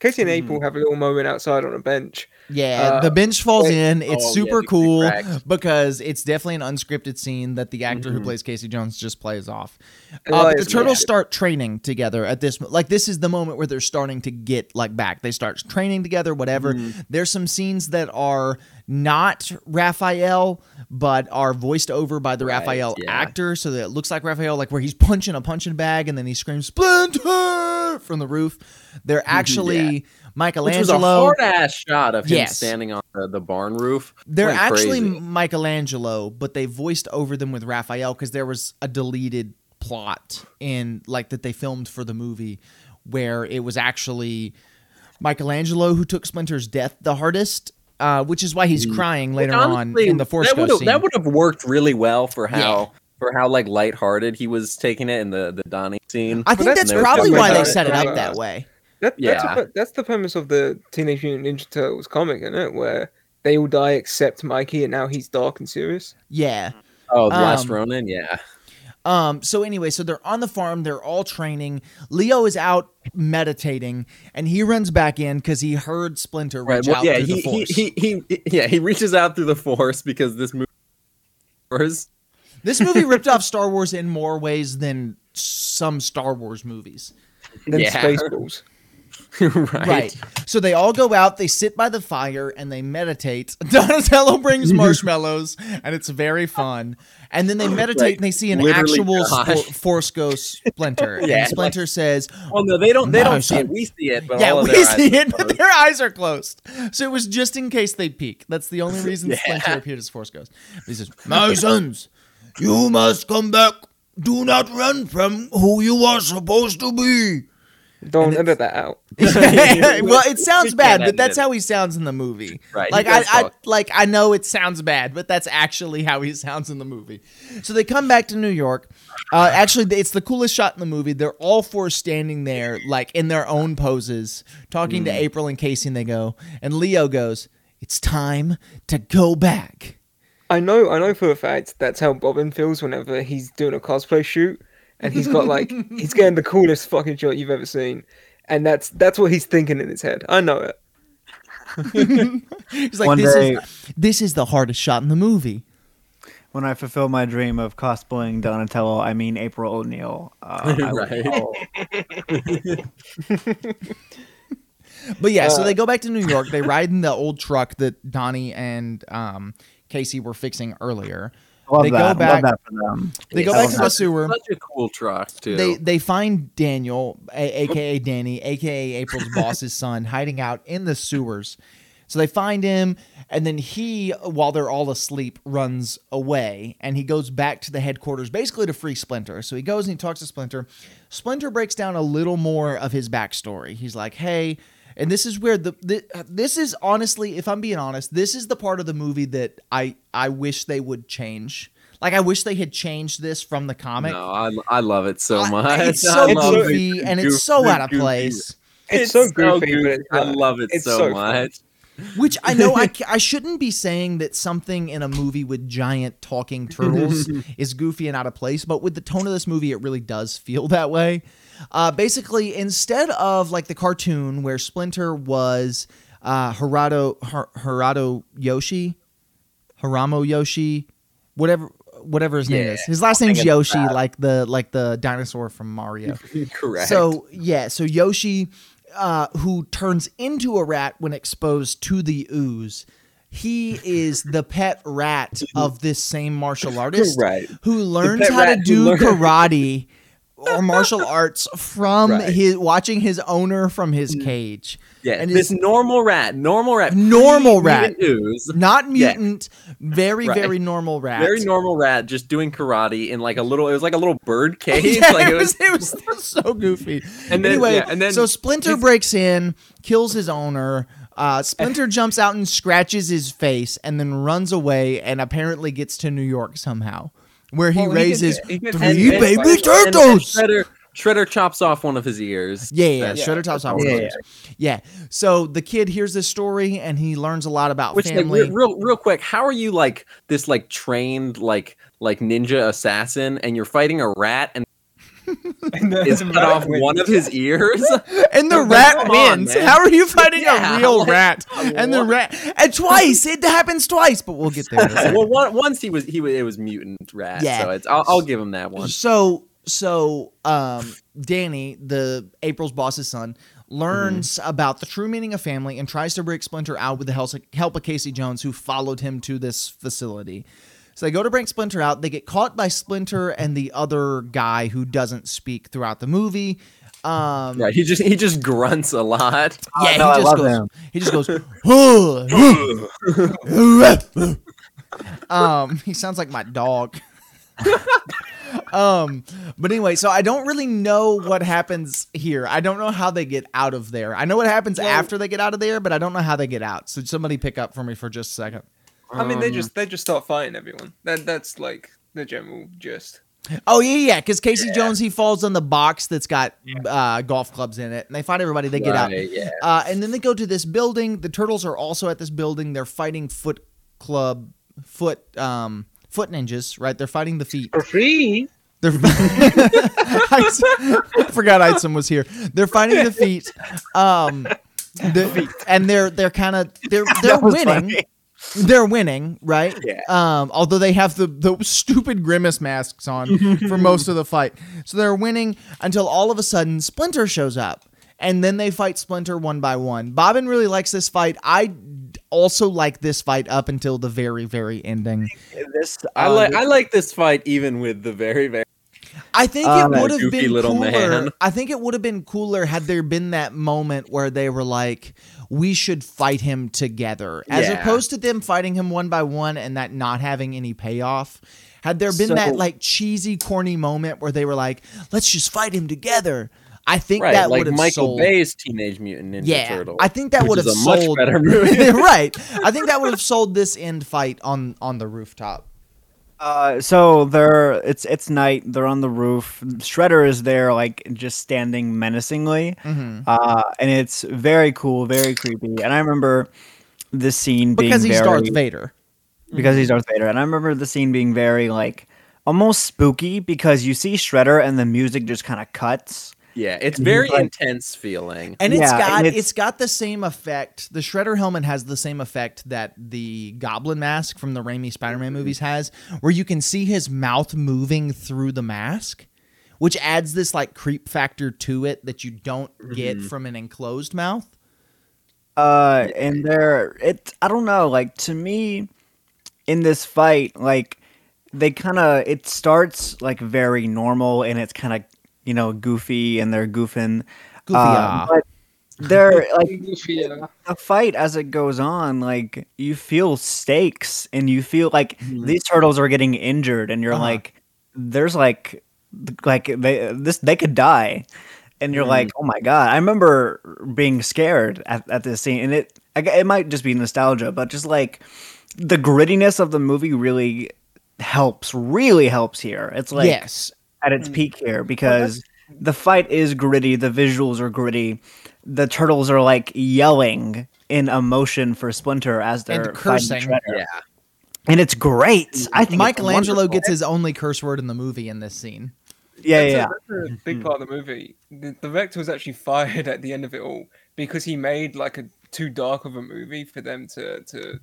Speaker 5: Casey and April have a little moment outside on a bench.
Speaker 1: Yeah,
Speaker 5: Uh,
Speaker 1: the bench falls
Speaker 5: wait.
Speaker 1: in. (laughs) It's
Speaker 3: Oh, yeah,
Speaker 1: super
Speaker 3: the big
Speaker 1: cool
Speaker 3: cracks.
Speaker 1: because it's definitely an unscripted scene that the actor who plays Casey Jones just plays off.
Speaker 5: And
Speaker 1: Uh, but the
Speaker 5: Elias-
Speaker 1: turtles start training together at this. mo- Like this is the moment where they're starting to get like back. They start training together. Whatever.
Speaker 3: Mm,
Speaker 1: There's some scenes that are not Raphael, but are voiced over by the Raphael
Speaker 3: yeah.
Speaker 1: actor, so that it looks like Raphael, like where he's punching a punching bag and then he screams "Splinter" from the roof.
Speaker 3: (laughs)
Speaker 1: They're actually
Speaker 3: Which was a
Speaker 1: Michelangelo.
Speaker 3: hard ass shot of him
Speaker 1: Yes.
Speaker 3: standing on the, the barn roof.
Speaker 1: They're
Speaker 3: Went
Speaker 1: actually
Speaker 3: crazy.
Speaker 1: Michelangelo, but they voiced over them with Raphael because there was a deleted plot in like that they filmed for the movie where it was actually Michelangelo who took Splinter's death the hardest, uh, which is why he's
Speaker 3: Mm.
Speaker 1: crying later
Speaker 3: Which,
Speaker 1: on in the force
Speaker 3: that
Speaker 1: Ghost
Speaker 3: would've-
Speaker 1: scene.
Speaker 3: That would have worked really well for how
Speaker 1: Yeah.
Speaker 3: for how like lighthearted he was taking it in the the Donnie scene.
Speaker 1: I think
Speaker 5: that's-
Speaker 1: that's
Speaker 3: that's
Speaker 1: probably why they
Speaker 5: definitely
Speaker 1: set it up
Speaker 5: not-
Speaker 1: that way.
Speaker 5: That, that's,
Speaker 3: Yeah.
Speaker 5: a, that's the premise of the Teenage Mutant Ninja Turtles comic, isn't it? Where they all die except Mikey, and now he's dark and serious.
Speaker 1: Yeah.
Speaker 3: oh, the last
Speaker 1: um,
Speaker 3: Ronin, yeah.
Speaker 1: Um, so anyway, so they're on the farm, they're all training. Leo is out meditating, and he runs back in because he heard Splinter reach
Speaker 3: well,
Speaker 1: out
Speaker 3: yeah,
Speaker 1: through
Speaker 3: he,
Speaker 1: the
Speaker 3: he,
Speaker 1: force.
Speaker 3: he, he, yeah, he reaches out through the force because this movie. Force. (laughs)
Speaker 1: This movie ripped off Star Wars in more ways than some Star Wars movies.
Speaker 5: Then
Speaker 3: Yeah.
Speaker 5: Spaceballs.
Speaker 3: right.
Speaker 1: So they all go out, they sit by the fire, and they meditate. (laughs) Donatello
Speaker 3: (laughs)
Speaker 1: brings marshmallows, and it's very fun. And then they meditate
Speaker 3: Like,
Speaker 1: and they see an
Speaker 3: literally
Speaker 1: actual
Speaker 3: Josh.
Speaker 1: spo- Force Ghost
Speaker 3: (laughs)
Speaker 1: Splinter.
Speaker 3: Yeah,
Speaker 1: and Splinter says,
Speaker 3: Oh no, they don't. They
Speaker 1: No,
Speaker 3: don't see
Speaker 1: son.
Speaker 3: it. We see it, but
Speaker 1: Yeah,
Speaker 3: all of
Speaker 1: we (laughs)
Speaker 3: their
Speaker 1: see
Speaker 3: eyes
Speaker 1: it,
Speaker 3: are
Speaker 1: but
Speaker 3: closed.
Speaker 1: their eyes are closed. So it was just in case they peek. That's the
Speaker 3: (laughs)
Speaker 1: only reason Splinter appeared as Force Ghost. He says, My sons, you must come back. Do not run from who you are supposed to
Speaker 3: (laughs)
Speaker 1: be. (laughs)
Speaker 5: Don't edit that out.
Speaker 1: well, it sounds
Speaker 3: We
Speaker 1: bad,
Speaker 3: can't
Speaker 1: but
Speaker 3: end
Speaker 1: that's
Speaker 3: it.
Speaker 1: how he sounds in the movie.
Speaker 3: Right,
Speaker 1: Like
Speaker 3: he
Speaker 1: I,
Speaker 3: does
Speaker 1: I,
Speaker 3: talk.
Speaker 1: like I know it sounds bad, but that's actually how he (laughs) sounds in the movie. So they come back to New York. Uh, actually, it's the coolest shot in the movie. They're all four standing there, like in their own poses, talking
Speaker 4: Mm.
Speaker 1: to April and Casey, and they go, and Leo goes, "It's time to go back." (laughs)
Speaker 5: I know, I know for a fact that's how Bobbin feels whenever he's doing a cosplay shoot, and he's
Speaker 1: (laughs)
Speaker 5: got like he's getting the coolest fucking shot you've ever seen, and that's that's what he's thinking in his head. I know it.
Speaker 1: He's like,
Speaker 4: One
Speaker 1: "This
Speaker 4: day-
Speaker 1: is this is the hardest shot in the movie."
Speaker 4: When I fulfill my dream of cosplaying Donatello, I mean April O'Neil.
Speaker 3: (laughs)
Speaker 4: Uh, I will-
Speaker 3: Right.
Speaker 4: oh,
Speaker 1: But yeah, so
Speaker 5: Uh,
Speaker 1: they go back to New York.
Speaker 4: (laughs)
Speaker 1: They ride in the old truck that Donnie and um, Casey were fixing earlier.
Speaker 4: love
Speaker 1: They go
Speaker 4: that. Love
Speaker 1: back-
Speaker 4: that for them.
Speaker 1: They go
Speaker 4: Yeah.
Speaker 1: back to the sewer.
Speaker 3: Such a cool truck too.
Speaker 1: They they find Daniel, a- aka Danny, aka April's boss's son, hiding out in the sewers. So they find him, and then he, while they're all asleep, runs away, and he goes back to the headquarters, basically to free Splinter. So he goes and he talks to Splinter. Splinter breaks down a little more of his backstory. He's like, "Hey, and this is where the, the this is honestly, if I'm being honest, this is the part of the movie that I I wish they would change. Like I wish they had changed this from the comic.
Speaker 3: No, I, I love it so
Speaker 1: I-
Speaker 3: much.
Speaker 1: It's
Speaker 3: (laughs) I
Speaker 1: so
Speaker 3: love it.
Speaker 1: goofy and it's so
Speaker 3: goofy,
Speaker 1: out of
Speaker 3: goofy.
Speaker 1: place.
Speaker 5: It's, so goofy, but it's
Speaker 3: I
Speaker 5: not.
Speaker 3: love it
Speaker 5: It's
Speaker 3: so,
Speaker 5: so fun.
Speaker 3: much.
Speaker 1: Which I know
Speaker 3: (laughs)
Speaker 1: I, ca- I shouldn't be saying that something in a movie with giant talking
Speaker 3: (laughs)
Speaker 1: turtles is goofy and out of place, but with the tone of this movie, it really does feel that way. Uh, basically, instead of like the cartoon where Splinter was uh, Harado Har- Harado Yoshi, Haramo Yoshi, whatever whatever his name is. His last name's
Speaker 3: it's
Speaker 1: Yoshi, like the like the dinosaur from Mario.
Speaker 3: Correct.
Speaker 1: So yeah, so Yoshi, uh, who turns into a rat when exposed to the ooze, he is the pet rat of this same martial artist
Speaker 5: Right.
Speaker 1: who learns
Speaker 5: pet
Speaker 1: how to
Speaker 5: rat who
Speaker 1: do
Speaker 5: learned-
Speaker 1: karate
Speaker 5: (laughs)
Speaker 1: or martial arts from
Speaker 5: Right. Mm.
Speaker 1: his watching his owner from his cage.
Speaker 3: yeah,
Speaker 1: and is-
Speaker 3: this normal rat, normal rat,
Speaker 1: Normal rat.
Speaker 3: pre-mutant ooze,
Speaker 1: Not
Speaker 3: Yeah.
Speaker 1: mutant, very
Speaker 3: Right.
Speaker 1: very normal rat.
Speaker 3: very normal rat, just doing karate in like a little. It was like a little
Speaker 1: (laughs)
Speaker 3: bird (laughs) cage.
Speaker 1: Yeah,
Speaker 3: like
Speaker 1: it, was, it was (laughs) so goofy.
Speaker 5: And then-
Speaker 1: anyway,
Speaker 5: yeah, and then
Speaker 1: so Splinter
Speaker 5: his-
Speaker 1: breaks in, kills his owner. Uh, Splinter jumps out and scratches his face, and then runs away, and apparently gets to New York somehow, where he
Speaker 5: Well, he gets-
Speaker 1: raises
Speaker 5: he gets-
Speaker 1: three
Speaker 5: and- and-
Speaker 1: baby
Speaker 5: and-
Speaker 3: and-
Speaker 5: and-
Speaker 3: and
Speaker 1: turtles.
Speaker 3: Shredder, Shredder chops off one of his ears.
Speaker 1: yeah, yeah, yeah,
Speaker 3: That's-
Speaker 1: Shredder tops off.
Speaker 4: Yeah,
Speaker 1: Yeah, yeah. So the kid hears this story, and he learns a lot about
Speaker 3: Which like,
Speaker 1: family.
Speaker 3: re- real real quick, how are you like this like trained like like ninja assassin and you're fighting a rat and
Speaker 5: (laughs) And then
Speaker 3: is
Speaker 5: the
Speaker 3: cut
Speaker 5: rat
Speaker 3: off
Speaker 5: wins.
Speaker 3: one of (laughs) his ears?
Speaker 1: and the
Speaker 3: Come
Speaker 1: rat
Speaker 3: on,
Speaker 1: wins.
Speaker 3: man.
Speaker 1: How are you fighting
Speaker 3: Yeah,
Speaker 1: a real
Speaker 3: like,
Speaker 1: rat? And the
Speaker 3: what?
Speaker 1: rat, and twice it happens twice, but we'll get there. in a (laughs) second.
Speaker 3: well, one, once he was he was it was mutant rat.
Speaker 1: Yeah.
Speaker 3: So it's I'll, I'll give him that one.
Speaker 1: So so um Danny, the April's boss's son, learns
Speaker 3: Mm-hmm.
Speaker 1: about the true meaning of family and tries to break Splinter out with the hel- help of Casey Jones who followed him to this facility. So they go to break Splinter out. They get caught by Splinter and the other guy who doesn't speak throughout the movie. Um
Speaker 3: Right. He just he just grunts a lot.
Speaker 1: Yeah,
Speaker 4: no, I
Speaker 1: he, just
Speaker 4: love
Speaker 1: goes,
Speaker 4: him.
Speaker 1: he
Speaker 4: (laughs)
Speaker 1: just goes. "Huh." (laughs) um, he sounds like my dog. (laughs) um, but anyway, so I don't really know what happens here. I don't know how they get out of there. I know what happens after they get out of there, but I don't know how they get out. So somebody pick up for me for just a second.
Speaker 5: I mean, they just they just start fighting everyone. That that's like the general gist.
Speaker 1: Oh yeah, yeah, because Casey Jones he falls on the box that's got uh, golf clubs in it, and they find everybody. They get out.
Speaker 3: Right, Yeah.
Speaker 1: Uh, and then they go to this building. The turtles are also at this building. They're fighting foot club, foot, um, foot ninjas, right? They're fighting the feet.
Speaker 2: For free.
Speaker 1: They're (laughs) I s- I forgot Isom was here. They're fighting the feet. Um, the- and they're they're kind of they're they're
Speaker 4: was
Speaker 1: winning. They're winning, right?
Speaker 3: Yeah.
Speaker 1: Um, although they have the, the stupid grimace masks on for most of the fight. So they're winning until all of a sudden Splinter shows up. And then they fight Splinter one by one. Bobbin really likes this fight. I d- also like this fight up until the very, very ending.
Speaker 4: This
Speaker 3: I like I like this fight even with the very very
Speaker 1: Um, I think
Speaker 4: Um,
Speaker 1: it would have
Speaker 3: goofy
Speaker 1: been
Speaker 3: little
Speaker 1: cooler.
Speaker 3: man.
Speaker 1: I think it would have been cooler had there been that moment where they were like, "We should fight him together," as
Speaker 3: Yeah.
Speaker 1: opposed to them fighting him one by one and that not having any payoff. Had there been
Speaker 4: So-
Speaker 1: that like cheesy, corny moment where they were like, "Let's just fight him together," I think
Speaker 3: right
Speaker 1: that
Speaker 3: like
Speaker 1: would have
Speaker 3: Michael
Speaker 1: sold.
Speaker 3: Bay's Teenage Mutant Ninja
Speaker 1: yeah,
Speaker 3: Turtle.
Speaker 1: I think that
Speaker 3: which
Speaker 1: would have
Speaker 3: is a much
Speaker 1: sold. (laughs)
Speaker 3: better movie.
Speaker 1: right, I think that would have sold this end fight on on the rooftop.
Speaker 4: Uh, so they're it's it's night. They're on the roof. Shredder is there, like just standing menacingly,
Speaker 1: Mm-hmm.
Speaker 4: uh, and it's very cool, very creepy. And I remember this scene being
Speaker 1: Because he's
Speaker 4: very,
Speaker 1: Darth Vader.
Speaker 4: because he's Darth Vader. And I remember the scene being very like almost spooky because you see Shredder and the music just kind of cuts.
Speaker 3: yeah,
Speaker 1: Mm-hmm.
Speaker 3: it's very
Speaker 4: like-
Speaker 3: intense feeling.
Speaker 1: And it's
Speaker 4: Yeah,
Speaker 1: got
Speaker 4: and
Speaker 1: it's
Speaker 4: it's-
Speaker 1: got the same effect. The Shredder helmet has the same effect that the Goblin mask from the Raimi Spider-Man movies has, where you can see his mouth moving through the mask, which adds this like creep factor to it that you don't get from an enclosed mouth.
Speaker 4: Uh, and there, it I don't know. Like to me, in this fight, like they kind of it starts like very normal, and it's kind of you know goofy, and they're goofing.
Speaker 1: Goofy,
Speaker 4: Uh,
Speaker 1: ah.
Speaker 4: but they're like
Speaker 2: Yeah.
Speaker 4: the fight as it goes on. Like you feel stakes, and you feel like these turtles are getting injured, and you're
Speaker 1: Uh-huh.
Speaker 4: like, there's like, like they this they could die. and you're like, oh my god! I remember being scared at, at this scene, and it I gu- it might just be nostalgia, but just like the grittiness of the movie really helps, really helps here. It's like
Speaker 1: yes.
Speaker 4: at its peak here because the fight is gritty, the visuals are gritty, the turtles are like yelling in emotion for Splinter as they're
Speaker 1: And
Speaker 4: fighting
Speaker 1: cursing.
Speaker 4: Shredder. and it's great. I think it's
Speaker 1: Michelangelo
Speaker 4: wonderful.
Speaker 1: gets his only curse word in the movie in this scene.
Speaker 4: yeah, yeah,
Speaker 5: That's a-
Speaker 4: yeah.
Speaker 5: that's a
Speaker 3: Hmm.
Speaker 5: big part of the movie. The director was actually (laughs) fired at the end of it all because he made like a too dark of a movie for them to to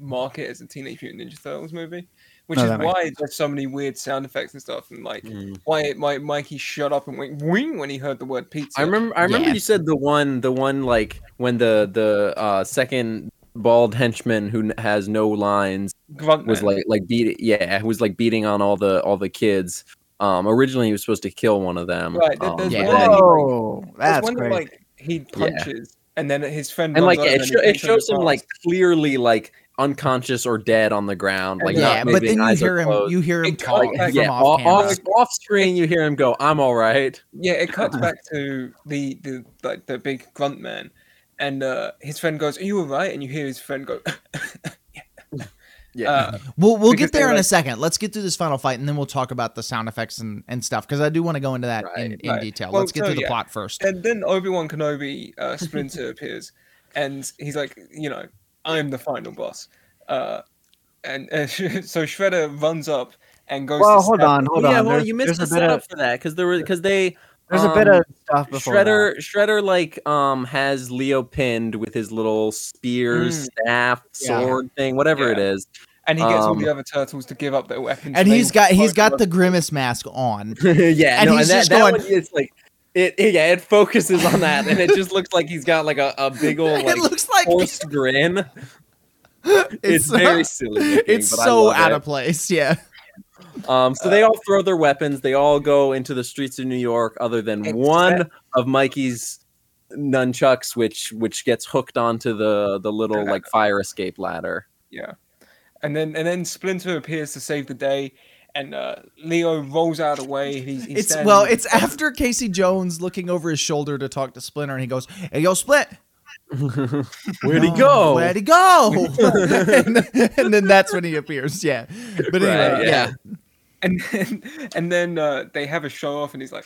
Speaker 5: market as a Teenage Mutant Ninja Turtles movie, which
Speaker 4: No,
Speaker 5: is
Speaker 4: that makes
Speaker 5: why there's so many weird sound effects and stuff, and like
Speaker 3: Hmm.
Speaker 5: why it, my Mikey shut up and went wing when he heard the word pizza.
Speaker 3: I remember. I remember
Speaker 1: Yeah.
Speaker 3: you said the one, the one like when the the uh, second bald henchman who n- has no lines
Speaker 5: Grunt
Speaker 3: was
Speaker 5: Man.
Speaker 3: like like beat yeah who was like beating on all the all the kids. Um, originally he was supposed to kill one of them.
Speaker 5: Right, there-
Speaker 3: um,
Speaker 5: there's
Speaker 3: but
Speaker 1: one-
Speaker 3: then-
Speaker 4: Oh,
Speaker 5: There's
Speaker 4: that's
Speaker 5: one that,
Speaker 4: great.
Speaker 5: like he punches and then his friend
Speaker 3: and
Speaker 5: runs
Speaker 3: like
Speaker 5: over
Speaker 3: it,
Speaker 5: he
Speaker 3: sho- it
Speaker 5: kicks him in the
Speaker 3: shows him
Speaker 5: balls.
Speaker 3: like clearly like unconscious or dead on the ground, like
Speaker 1: yeah,
Speaker 3: not moving,
Speaker 1: but then you
Speaker 3: eyes are
Speaker 1: hear him.
Speaker 3: closed.
Speaker 1: You hear him
Speaker 5: It
Speaker 1: talk
Speaker 5: cut
Speaker 1: from
Speaker 5: back-
Speaker 3: Oh, yeah,
Speaker 1: off
Speaker 3: off,
Speaker 1: camera.
Speaker 3: off, off screen you hear him go, "I'm all right."
Speaker 5: Yeah, it
Speaker 1: (laughs)
Speaker 5: cuts back to the the like the big grunt man, and uh, his friend goes, "Are you alright?" And you hear his friend go,
Speaker 1: (laughs)
Speaker 3: Yeah,
Speaker 5: uh,
Speaker 1: We'll we'll
Speaker 5: Because
Speaker 1: get there
Speaker 5: they,
Speaker 1: in a
Speaker 5: like-
Speaker 1: second. Let's get through this final fight, and then we'll talk about the sound effects and, and stuff because I do want to go into that in,
Speaker 3: Right,
Speaker 1: in
Speaker 5: right.
Speaker 1: detail.
Speaker 5: Well,
Speaker 1: Let's get
Speaker 5: so,
Speaker 1: through the
Speaker 5: yeah.
Speaker 1: plot first.
Speaker 5: and then Obi Wan Kenobi uh, Splinter appears, and he's like, "You know, I'm the final boss," uh, and uh, (laughs) so Shredder runs up and goes.
Speaker 4: well,
Speaker 5: to
Speaker 4: hold
Speaker 5: stab-
Speaker 4: on, hold
Speaker 3: yeah.
Speaker 4: on.
Speaker 3: Well,
Speaker 4: There's-
Speaker 3: you missed the
Speaker 4: there's a bit
Speaker 3: setup
Speaker 4: of
Speaker 3: for that because there were because they
Speaker 4: there's a bit
Speaker 3: um,
Speaker 4: of stuff before that.
Speaker 3: Shredder Shredder like um has Leo pinned with his little spear,
Speaker 4: Hmm.
Speaker 5: Mm.
Speaker 3: staff,
Speaker 1: Yeah.
Speaker 3: sword thing, whatever
Speaker 5: Yeah.
Speaker 3: it is.
Speaker 5: and he gets all
Speaker 3: um,
Speaker 5: the other turtles to give up their weapons.
Speaker 1: And
Speaker 5: they
Speaker 1: he's
Speaker 5: all
Speaker 1: got he's
Speaker 5: vote
Speaker 1: got
Speaker 5: for
Speaker 1: the grimace mask on.
Speaker 3: (laughs) yeah,
Speaker 1: And
Speaker 3: no,
Speaker 1: he's
Speaker 3: and that,
Speaker 1: just
Speaker 3: that
Speaker 1: going-
Speaker 3: one, it's like it, it- yeah, it focuses on that and it just looks like he's got like a,
Speaker 1: (laughs)
Speaker 3: a big old
Speaker 1: it
Speaker 3: like
Speaker 1: looks like (laughs)
Speaker 3: forced grin.
Speaker 1: it's,
Speaker 3: It's, very silly. looking,
Speaker 1: (laughs) it's
Speaker 3: but I
Speaker 1: so
Speaker 3: love
Speaker 1: out
Speaker 3: it.
Speaker 1: of place. Yeah,
Speaker 3: Um, so they all throw their weapons. They all go into the streets of New York, other than
Speaker 5: Except-
Speaker 3: one of Mikey's nunchucks, which which gets hooked onto the the little like fire
Speaker 1: (laughs)
Speaker 3: escape ladder.
Speaker 5: Yeah, and then and then Splinter appears to save the day, and uh, Leo rolls out of the way. He's, he's
Speaker 1: it's
Speaker 5: standing-
Speaker 1: well, it's after Casey Jones looking over his shoulder to talk to Splinter, and he goes, "Hey, yo, Split,
Speaker 3: Where'd he
Speaker 1: Oh,
Speaker 3: go?
Speaker 1: Where'd he
Speaker 3: (laughs)
Speaker 1: go?" and, and then that's when he appears. Yeah, but anyway,
Speaker 3: Right,
Speaker 1: yeah.
Speaker 3: yeah.
Speaker 5: and then and then uh, they have a show off, and he's like,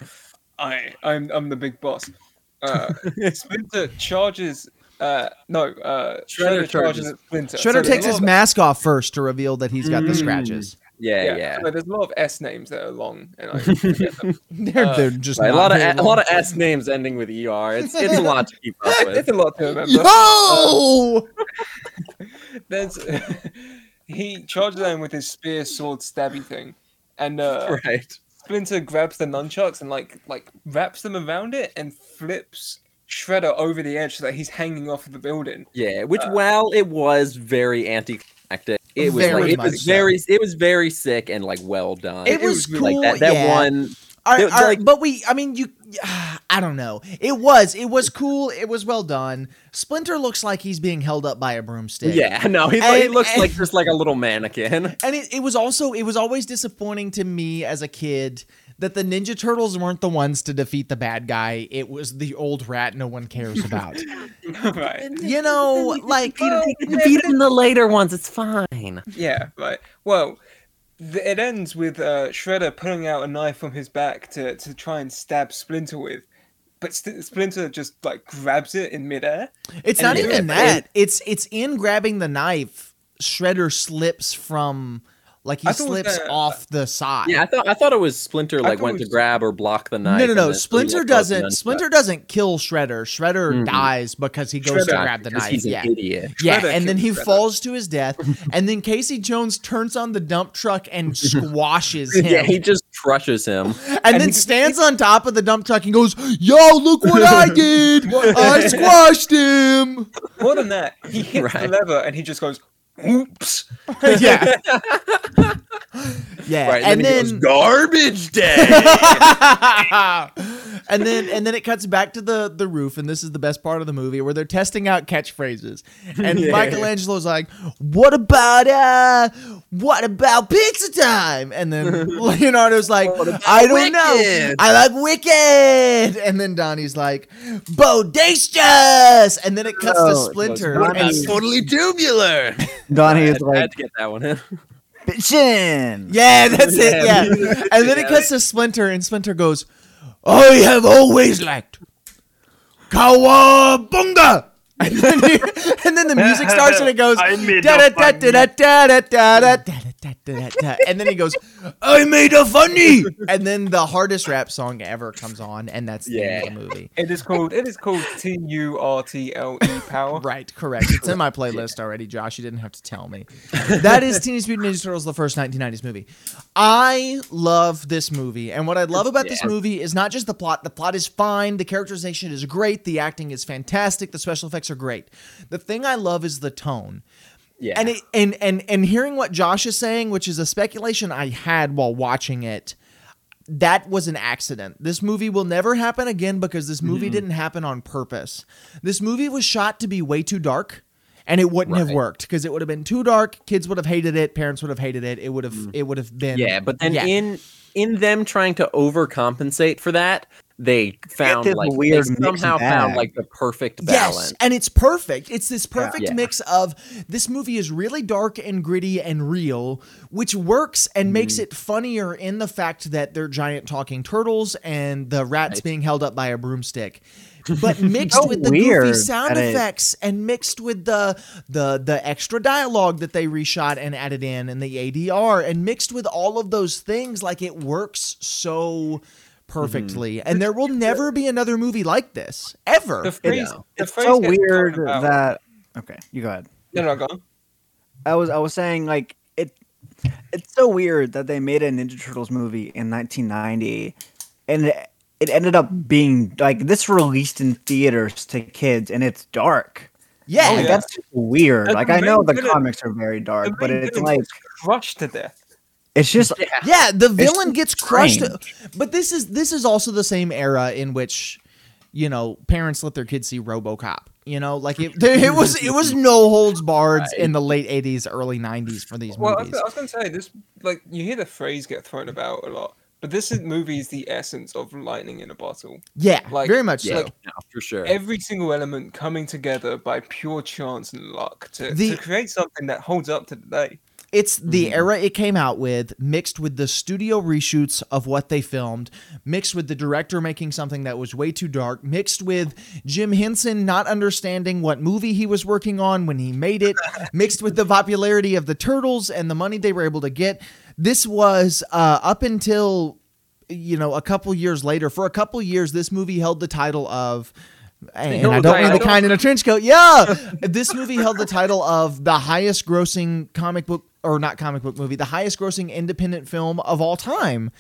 Speaker 5: "I I'm I'm the big boss."
Speaker 1: (laughs)
Speaker 5: Uh, Splinter charges. Uh, no, uh,
Speaker 3: Shredder
Speaker 5: Shredder,
Speaker 3: charges.
Speaker 5: charges at Splinter. So
Speaker 1: Shredder
Speaker 5: there's
Speaker 1: takes
Speaker 5: a lot
Speaker 1: his
Speaker 5: of-
Speaker 1: mask off first to reveal that he's got the
Speaker 3: Mm.
Speaker 1: scratches.
Speaker 3: yeah,
Speaker 5: Yeah,
Speaker 3: yeah.
Speaker 5: so there's a lot of S names that are long,
Speaker 1: (laughs)
Speaker 5: and I forget them.
Speaker 1: They're,
Speaker 5: Uh,
Speaker 1: they're just
Speaker 3: Right, a
Speaker 1: not
Speaker 3: lot of
Speaker 1: very
Speaker 3: a
Speaker 1: long.
Speaker 3: lot (laughs) of S names ending with er. It's it's a lot to keep
Speaker 1: (laughs)
Speaker 3: up
Speaker 5: it's
Speaker 3: with.
Speaker 5: a lot to remember.
Speaker 1: Yo!
Speaker 5: There's (laughs) he charges them with his spear, sword, stabby thing, and uh,
Speaker 3: (laughs) Right.
Speaker 5: Splinter grabs the nunchucks and like like wraps them around it and flips Shredder over the edge so that he's hanging off the building. (laughs)
Speaker 3: Yeah. Which while it was very anticlimactic, it was
Speaker 1: Very
Speaker 3: like it
Speaker 1: much
Speaker 3: was
Speaker 1: so.
Speaker 3: very it was very sick and like well done.
Speaker 1: It was
Speaker 3: like
Speaker 1: cool,
Speaker 3: that that
Speaker 1: yeah.
Speaker 3: one
Speaker 1: All right,
Speaker 3: They're-
Speaker 1: all right,
Speaker 3: like-
Speaker 1: but we, I mean, you, (sighs) I don't know. It was, it was cool. It was well done. Splinter looks like he's being held up by a broomstick.
Speaker 3: Yeah, (laughs) no, he, lo- he
Speaker 1: And-
Speaker 3: looks
Speaker 1: and-
Speaker 3: like just like a
Speaker 1: (laughs)
Speaker 3: little mannequin.
Speaker 1: And it, it was also, it was always disappointing to me as a kid that the Ninja Turtles weren't the ones to defeat the bad guy. It was the old rat no one cares about.
Speaker 5: right.
Speaker 1: you know, like,
Speaker 3: Beat him the later ones, it's fine.
Speaker 5: Yeah, right. Well, th- it ends with uh, Shredder pulling out a knife from his back to, to try and stab Splinter with, but St- Splinter just like grabs it in midair.
Speaker 1: It's
Speaker 5: And
Speaker 1: not
Speaker 5: it-
Speaker 1: even
Speaker 5: it-
Speaker 1: that. It's it's in grabbing the knife. Shredder slips from like he
Speaker 5: I thought it was
Speaker 1: slips
Speaker 5: that-
Speaker 1: off the side.
Speaker 3: Yeah, I thought I thought it was Splinter like
Speaker 5: thought
Speaker 3: went
Speaker 5: it
Speaker 3: to
Speaker 5: was-
Speaker 3: grab or block the knife.
Speaker 1: No, no,
Speaker 3: and
Speaker 1: no.
Speaker 3: then
Speaker 1: Splinter
Speaker 3: Splinter goes and
Speaker 1: doesn't.
Speaker 3: unstraps-
Speaker 1: Splinter doesn't kill Shredder. Shredder
Speaker 3: Mhm.
Speaker 1: dies because he goes to
Speaker 5: Shredder,
Speaker 1: grab the
Speaker 3: because
Speaker 1: knife.
Speaker 3: He's an
Speaker 1: yeah, (laughs)
Speaker 3: idiot.
Speaker 1: yeah.
Speaker 5: Shredder
Speaker 1: And then he
Speaker 5: kills Shredder.
Speaker 1: falls to his death. and then Casey Jones turns on the dump truck and
Speaker 5: (laughs)
Speaker 1: squashes him.
Speaker 3: Yeah, he just
Speaker 1: (laughs)
Speaker 3: crushes him.
Speaker 1: and,
Speaker 5: and
Speaker 1: then
Speaker 5: he-
Speaker 1: stands on top of the dump truck and goes, "Yo, look what
Speaker 5: (laughs)
Speaker 1: I did! I squashed him."
Speaker 5: More than that, he hits the
Speaker 3: Right.
Speaker 5: lever and he just goes, "Oops!"
Speaker 1: yeah. Yeah,
Speaker 3: Right,
Speaker 1: and
Speaker 3: then, he
Speaker 1: then (laughs)
Speaker 3: goes, garbage day.
Speaker 1: and (laughs) and then and then it cuts back to the the roof, and this is the best part of the movie where they're testing out catchphrases, and
Speaker 5: Yeah.
Speaker 1: Michelangelo's like, "What about uh, what about pizza time?" And then Leonardo's like, "I don't know,
Speaker 3: Wicked?"
Speaker 1: I like wicked," and then Donnie's like, "Bodacious," and then it cuts to
Speaker 4: Oh,
Speaker 1: Splinter.
Speaker 3: (laughs)
Speaker 4: what about
Speaker 1: as-
Speaker 3: totally tubular.
Speaker 4: Donnie
Speaker 3: I
Speaker 4: is like,
Speaker 3: had to get uh, that one in. (laughs)
Speaker 4: bitchin'.
Speaker 1: Yeah, that's it. Yeah.
Speaker 3: Yeah.
Speaker 1: And then it
Speaker 3: Yeah.
Speaker 1: cuts to Splinter, and Splinter goes, I have always liked Kawabunga. (laughs) And then, he- and then the music starts and it goes
Speaker 6: (laughs) I made
Speaker 1: da da
Speaker 6: a
Speaker 1: da da da da da da da da da da da and then he goes I made a funny and then the hardest rap song ever comes on and that's the end of the movie.
Speaker 5: It is called it is called T U R T L E power.
Speaker 1: Right, correct. It's in my playlist already, Josh. You didn't have to tell me. That is Teenage Mutant Ninja Turtles, the first 1990s movie. I love this movie. And what I love about this
Speaker 3: Yeah.
Speaker 1: movie is not just the plot. The plot is fine. The characterization is great. The acting is fantastic. The special effects are great. The thing I love is the tone.
Speaker 3: Yeah.
Speaker 1: And, it, and and and hearing what Josh is saying, which is a speculation I had while watching it, that was an accident. This movie will never happen again because this movie
Speaker 3: Mm-hmm.
Speaker 1: didn't happen on purpose. This movie was shot to be way too dark and it wouldn't have
Speaker 3: Right.
Speaker 1: worked because it would have been too dark, kids would have hated it, parents would have hated it. It would have it would have been
Speaker 3: Mm. yeah, but then
Speaker 1: Yeah.
Speaker 3: in in them trying to overcompensate for that, they found
Speaker 4: this
Speaker 3: like they
Speaker 4: weird mix
Speaker 3: somehow
Speaker 4: and
Speaker 3: found
Speaker 4: bag.
Speaker 3: like the perfect
Speaker 1: Yes,
Speaker 3: balance.
Speaker 1: and it's perfect. It's this perfect
Speaker 3: Yeah.
Speaker 1: mix of this movie is really dark and gritty and real, which works and makes it funnier in the fact that they're giant talking turtles and the rats
Speaker 3: Right.
Speaker 1: being held up by a broomstick. But mixed
Speaker 4: So
Speaker 1: with the goofy
Speaker 4: weird
Speaker 1: sound
Speaker 4: that it-
Speaker 1: effects and mixed with the the the extra dialogue that they reshot and added in and the ADR and mixed with all of those things, like it works so perfectly. And there will never be another movie like this ever.
Speaker 5: The phrase,
Speaker 3: know.
Speaker 5: the
Speaker 4: It's
Speaker 5: phrase
Speaker 4: so
Speaker 5: gets talked
Speaker 4: weird
Speaker 5: about-
Speaker 4: that. Okay, you go ahead.
Speaker 5: No, no, go on.
Speaker 4: I was I was saying like it it's so weird that they made a Ninja Turtles movie in 1990 and it, it ended up being like this released in theaters to kids and it's dark.
Speaker 1: Yeah,
Speaker 5: Oh,
Speaker 4: Like,
Speaker 5: yeah.
Speaker 4: that's just weird.
Speaker 5: And
Speaker 4: like
Speaker 5: the
Speaker 4: I know
Speaker 5: main
Speaker 4: the
Speaker 5: villain-
Speaker 4: comics are very dark,
Speaker 5: the
Speaker 4: but
Speaker 5: main
Speaker 4: it's
Speaker 5: villain
Speaker 4: like
Speaker 5: gets crushed to death.
Speaker 4: it's just
Speaker 1: yeah. The villain
Speaker 4: just
Speaker 1: gets crushed,
Speaker 4: strange.
Speaker 1: but this is this is also the same era in which, you know, parents let their kids see RoboCop. You know, like it, there- it was it was no holds barred in the late '80s, early '90s for these
Speaker 5: Well, I was,
Speaker 1: movies.
Speaker 5: I was going to say this. Like you hear the phrase get thrown about a lot, but this is, movie is the essence of lightning in a bottle.
Speaker 1: yeah,
Speaker 5: like-
Speaker 1: very much
Speaker 3: Yeah,
Speaker 1: so.
Speaker 5: like-
Speaker 3: no, for sure.
Speaker 5: Every single element coming together by pure chance and luck to,
Speaker 1: The-
Speaker 5: to create something that holds up to today.
Speaker 1: It's the
Speaker 3: Mm-hmm.
Speaker 1: era it came out with, mixed with the studio reshoots of what they filmed, mixed with the director making something that was way too dark, mixed with Jim Henson not understanding what movie he was working on when he made
Speaker 3: (laughs)
Speaker 1: it, mixed with the popularity of the Turtles and the money they were able to get. This was uh, up until, you know, a couple years later. For a couple years, this movie held the title of. And I don't
Speaker 3: held the
Speaker 1: mean the
Speaker 3: title.
Speaker 1: kind in a trench coat. Yeah, (laughs) this movie held the title of the highest grossing comic book or not comic book movie, the highest grossing independent film of all time.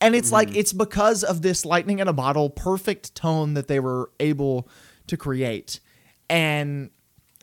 Speaker 1: And it's like it's because of this lightning in a bottle perfect tone that they were able to create. And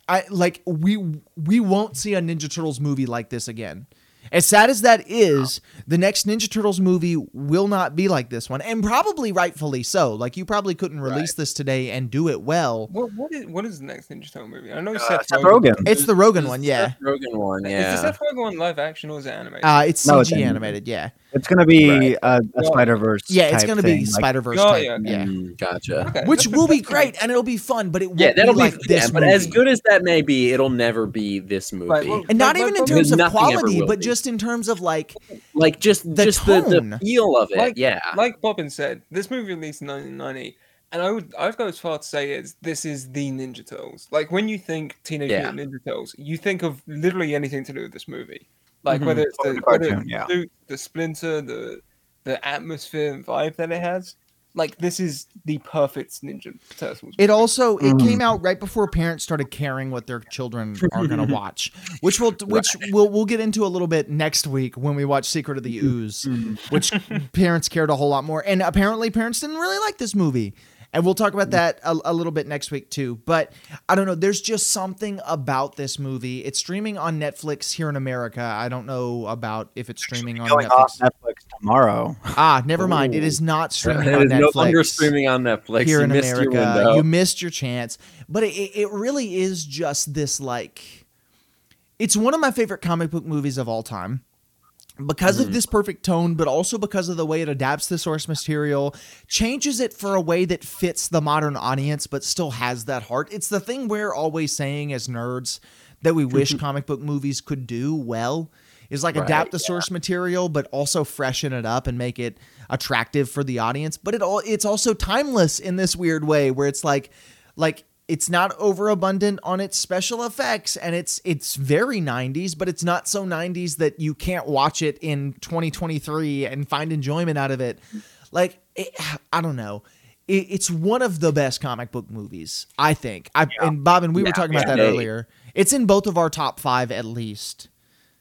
Speaker 1: I like we we won't see a Ninja Turtles movie like this again. As sad as that is, the next Ninja Turtles movie will not be like this one, and probably rightfully so. Like you probably couldn't release this today and do it well.
Speaker 5: What what is what is the next Ninja Turtle movie? I know
Speaker 6: Uh,
Speaker 5: Seth,
Speaker 4: Seth
Speaker 5: Rogen.
Speaker 4: Rogen.
Speaker 1: It's the Rogan one, yeah.
Speaker 3: Seth Rogen one,
Speaker 5: Is the
Speaker 3: yeah.
Speaker 5: Seth Rogen one live action or is it animated?
Speaker 1: Uh, it's CG
Speaker 4: No, it's animated.
Speaker 1: animated, yeah,
Speaker 4: It's gonna be
Speaker 3: Right.
Speaker 4: a, a
Speaker 5: Yeah.
Speaker 4: Spider Verse.
Speaker 1: yeah. It's gonna be
Speaker 4: Like,
Speaker 1: Spider Verse,
Speaker 5: Oh,
Speaker 1: type,
Speaker 5: yeah, okay.
Speaker 1: yeah.
Speaker 3: Mm, gotcha.
Speaker 5: Okay,
Speaker 1: Which
Speaker 5: that's-
Speaker 1: will be
Speaker 5: that's fine.
Speaker 1: great and it'll be fun, but it won't
Speaker 3: Yeah, that'll
Speaker 1: be
Speaker 3: be,
Speaker 1: like this.
Speaker 3: yeah, but as
Speaker 1: movie.
Speaker 3: good as that may be, it'll never be this movie.
Speaker 5: Like, well,
Speaker 1: and not
Speaker 5: like-
Speaker 1: even in
Speaker 5: like-
Speaker 1: terms of
Speaker 3: nothing ever
Speaker 1: quality,
Speaker 3: will
Speaker 1: but
Speaker 3: be.
Speaker 1: just in terms of like,
Speaker 3: like just
Speaker 1: the
Speaker 3: just the,
Speaker 1: tone.
Speaker 3: the feel of it.
Speaker 5: Like-
Speaker 3: yeah.
Speaker 5: like Bobbin said, this movie released in 1990, and I would I'd go as far to say is this is the Ninja Turtles. Like when you think Teenage
Speaker 3: Yeah.
Speaker 5: Mutant Ninja Turtles, you think of literally anything to do with this movie. Like
Speaker 1: Mhm.
Speaker 5: whether it's
Speaker 4: Or
Speaker 5: the,
Speaker 4: the
Speaker 5: whether
Speaker 4: cartoon,
Speaker 5: it's
Speaker 4: yeah.
Speaker 5: the, suit, the splinter, the the atmosphere and vibe that it has. Like this is the perfect Ninja Turtles.
Speaker 1: It also it
Speaker 3: Mm.
Speaker 4: Mhm.
Speaker 1: came out right before parents started caring what their children are
Speaker 3: (laughs)
Speaker 1: going to watch, which will which we'll we'll get into a little bit next week when we watch Secret of the
Speaker 3: Mm-hmm.
Speaker 1: Ooze, which parents cared a whole lot more, and apparently parents didn't really like this movie. And we'll talk about that a, a little bit next week too. But I don't know. There's just something about this movie. It's streaming on Netflix here in America. I don't know about if it's streaming on
Speaker 4: going
Speaker 1: Netflix.
Speaker 4: off Netflix tomorrow.
Speaker 1: Ah, never mind. It is not streaming
Speaker 3: It
Speaker 1: on
Speaker 3: is no
Speaker 1: Netflix.
Speaker 3: longer streaming on Netflix.
Speaker 1: here
Speaker 3: you
Speaker 1: in
Speaker 3: missed
Speaker 1: America.
Speaker 3: your window.
Speaker 1: You
Speaker 3: (laughs)
Speaker 1: missed your chance. But it, it it really is just this like it's one of my favorite comic book movies of all time. Because
Speaker 3: Mm-hmm.
Speaker 1: of this perfect tone, but also because of the way it adapts the source material, changes it for a way that fits the modern audience, but still has that heart. It's the thing we're always saying as nerds that we wish comic book movies could do well is like adapt the source material but also freshen it up and make it attractive for the audience but it all it's also timeless in this weird way where it's like like it's not overabundant on its special effects and it's it's very 90s but it's not so 90s that you can't watch it in 2023 and find enjoyment out of it like it, i don't know it, it's one of the best comic book movies i think i and bob and we were talking about
Speaker 3: yeah.
Speaker 1: that earlier it's in both of our top five at least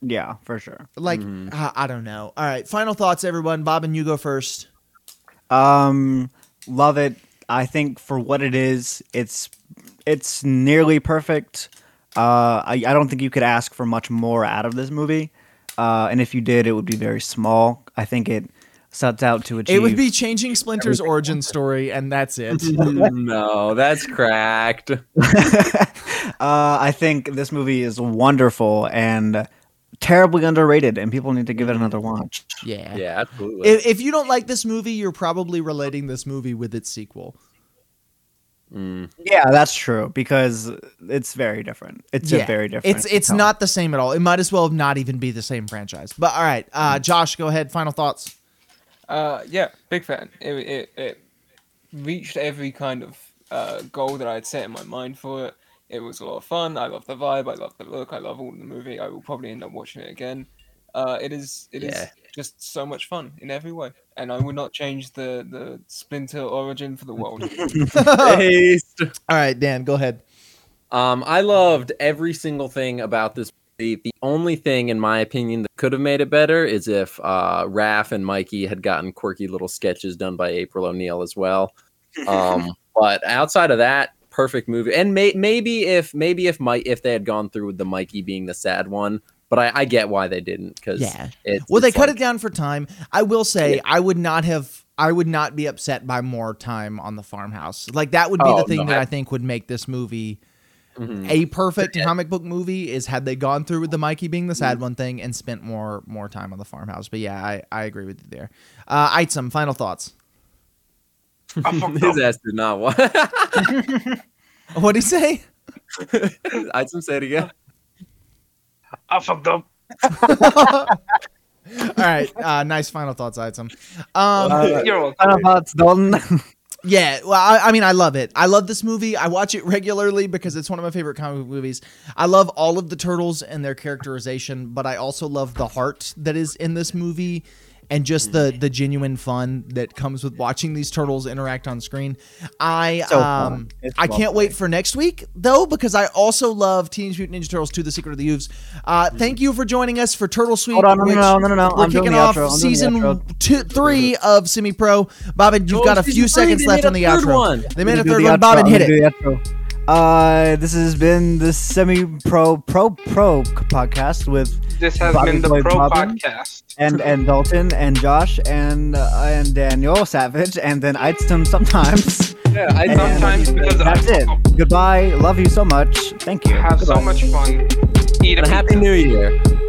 Speaker 4: Yeah, for sure.
Speaker 1: like I, I don't know. All right, final thoughts, everyone. Bob and you go first.
Speaker 4: Um, love it. I think for what it is, it's it's nearly perfect. Uh, I, I don't think you could ask for much more out of this movie. Uh, and if you did, it would be very small. I think it sets out to achieve.
Speaker 1: It would be changing Splinter's origin story, and that's it.
Speaker 3: Mm-hmm. no, that's cracked.
Speaker 4: (laughs) Uh, I think this movie is wonderful and terribly underrated, and people need to give it another watch.
Speaker 1: yeah.
Speaker 3: Yeah, absolutely.
Speaker 1: If, if you don't like this movie, you're probably relating this movie with its sequel. (laughs)
Speaker 3: Mm.
Speaker 4: Yeah, that's true because it's very different. It's a very different.
Speaker 1: It's it's
Speaker 4: tone.
Speaker 1: not the same at all. It might as well not even be the same franchise. But all right, uh, Josh, go ahead. Final thoughts.
Speaker 5: Uh, yeah, big fan. It, it, it reached every kind of uh, goal that I had set in my mind for it. It was a lot of fun. I love the vibe. I love the look. I love all the movie. I will probably end up watching it again. Uh, it is it is
Speaker 3: Yeah.
Speaker 5: just so much fun in every way, and I would not change the the Splinter origin for the world.
Speaker 3: Taste.
Speaker 1: All right, Dan, go ahead.
Speaker 3: Um, I loved every single thing about this movie. The only thing, in my opinion, that could have made it better is if uh, Raph and Mikey had gotten quirky little sketches done by April O'Neil as well. Um, but outside of that, perfect movie. And may- maybe if maybe if Mike if they had gone through with the Mikey being the sad one, but I, I get why they didn't because
Speaker 1: Yeah.
Speaker 3: it's,
Speaker 1: Well, they
Speaker 3: it's
Speaker 1: cut
Speaker 3: (laughs) like-
Speaker 1: it down for time. I will say, I would not have. I would not be upset by more time on the farmhouse. Like that would be
Speaker 3: Oh,
Speaker 1: the thing
Speaker 3: no,
Speaker 1: that
Speaker 3: I-
Speaker 1: I think would make this movie
Speaker 3: Mhm.
Speaker 1: a perfect comic book movie is had they gone through with the Mikey being the
Speaker 3: Mm.
Speaker 1: sad one thing and spent more more time on the farmhouse. But yeah, I, I agree with you there. Uh Item, final thoughts.
Speaker 3: (laughs) His ass did (laughs) not want.
Speaker 1: What did he
Speaker 3: (laughs)
Speaker 1: say? (laughs)
Speaker 3: I'd some say it again.
Speaker 2: I fucked up.
Speaker 1: All right, uh, nice final thoughts, Item.
Speaker 4: Uh,
Speaker 1: Um,
Speaker 2: You're welcome.
Speaker 4: Final thoughts, (laughs) Dalton?
Speaker 1: Yeah, well, I, I mean, I love it. I love this movie. I watch it regularly because it's one of my favorite comic book movies. I love all of the turtles and their characterization, but I also love the heart that is in this movie and just the the genuine fun that comes with watching these turtles interact on screen. I
Speaker 4: So fun.
Speaker 1: um
Speaker 4: It's
Speaker 1: I can't wait for next week though because I also love Teenage Mutant Ninja Turtles 2: The Secret of the Ooze. Uh, thank you for joining us for Turtle Sweep.
Speaker 4: Mm-hmm. Hold on, no, no,
Speaker 1: which
Speaker 4: no, no, no, no.
Speaker 1: We're
Speaker 4: I'm doing
Speaker 1: kicking
Speaker 4: the
Speaker 1: off
Speaker 4: outro. I'm doing the
Speaker 1: season
Speaker 4: outro.
Speaker 1: two, three of Semi Pro. Bob, and you've got a
Speaker 3: season
Speaker 1: few
Speaker 3: three,
Speaker 1: seconds
Speaker 3: Oh, they
Speaker 1: left
Speaker 3: made
Speaker 1: on the
Speaker 3: a third
Speaker 1: outro.
Speaker 3: one.
Speaker 1: They made
Speaker 4: Do
Speaker 1: a
Speaker 4: the
Speaker 1: third
Speaker 4: outro,
Speaker 1: one. Bob, and hit
Speaker 4: do
Speaker 1: it.
Speaker 4: the outro. Uh, this has been the semi pro pro pro podcast with
Speaker 2: This has
Speaker 4: Bobby
Speaker 2: been the
Speaker 4: Boy
Speaker 2: Pro
Speaker 4: Bobbin.
Speaker 2: Podcast.
Speaker 4: and and Dalton and Josh and uh, and Daniel Savage and then Item sometimes.
Speaker 3: Yeah, I
Speaker 4: And
Speaker 2: Sometimes because I
Speaker 4: that's it. Goodbye. Love you so much. Thank you.
Speaker 2: Have so
Speaker 4: Goodbye.
Speaker 2: much fun. Eat a
Speaker 3: Happy
Speaker 2: pizza.
Speaker 3: New Year.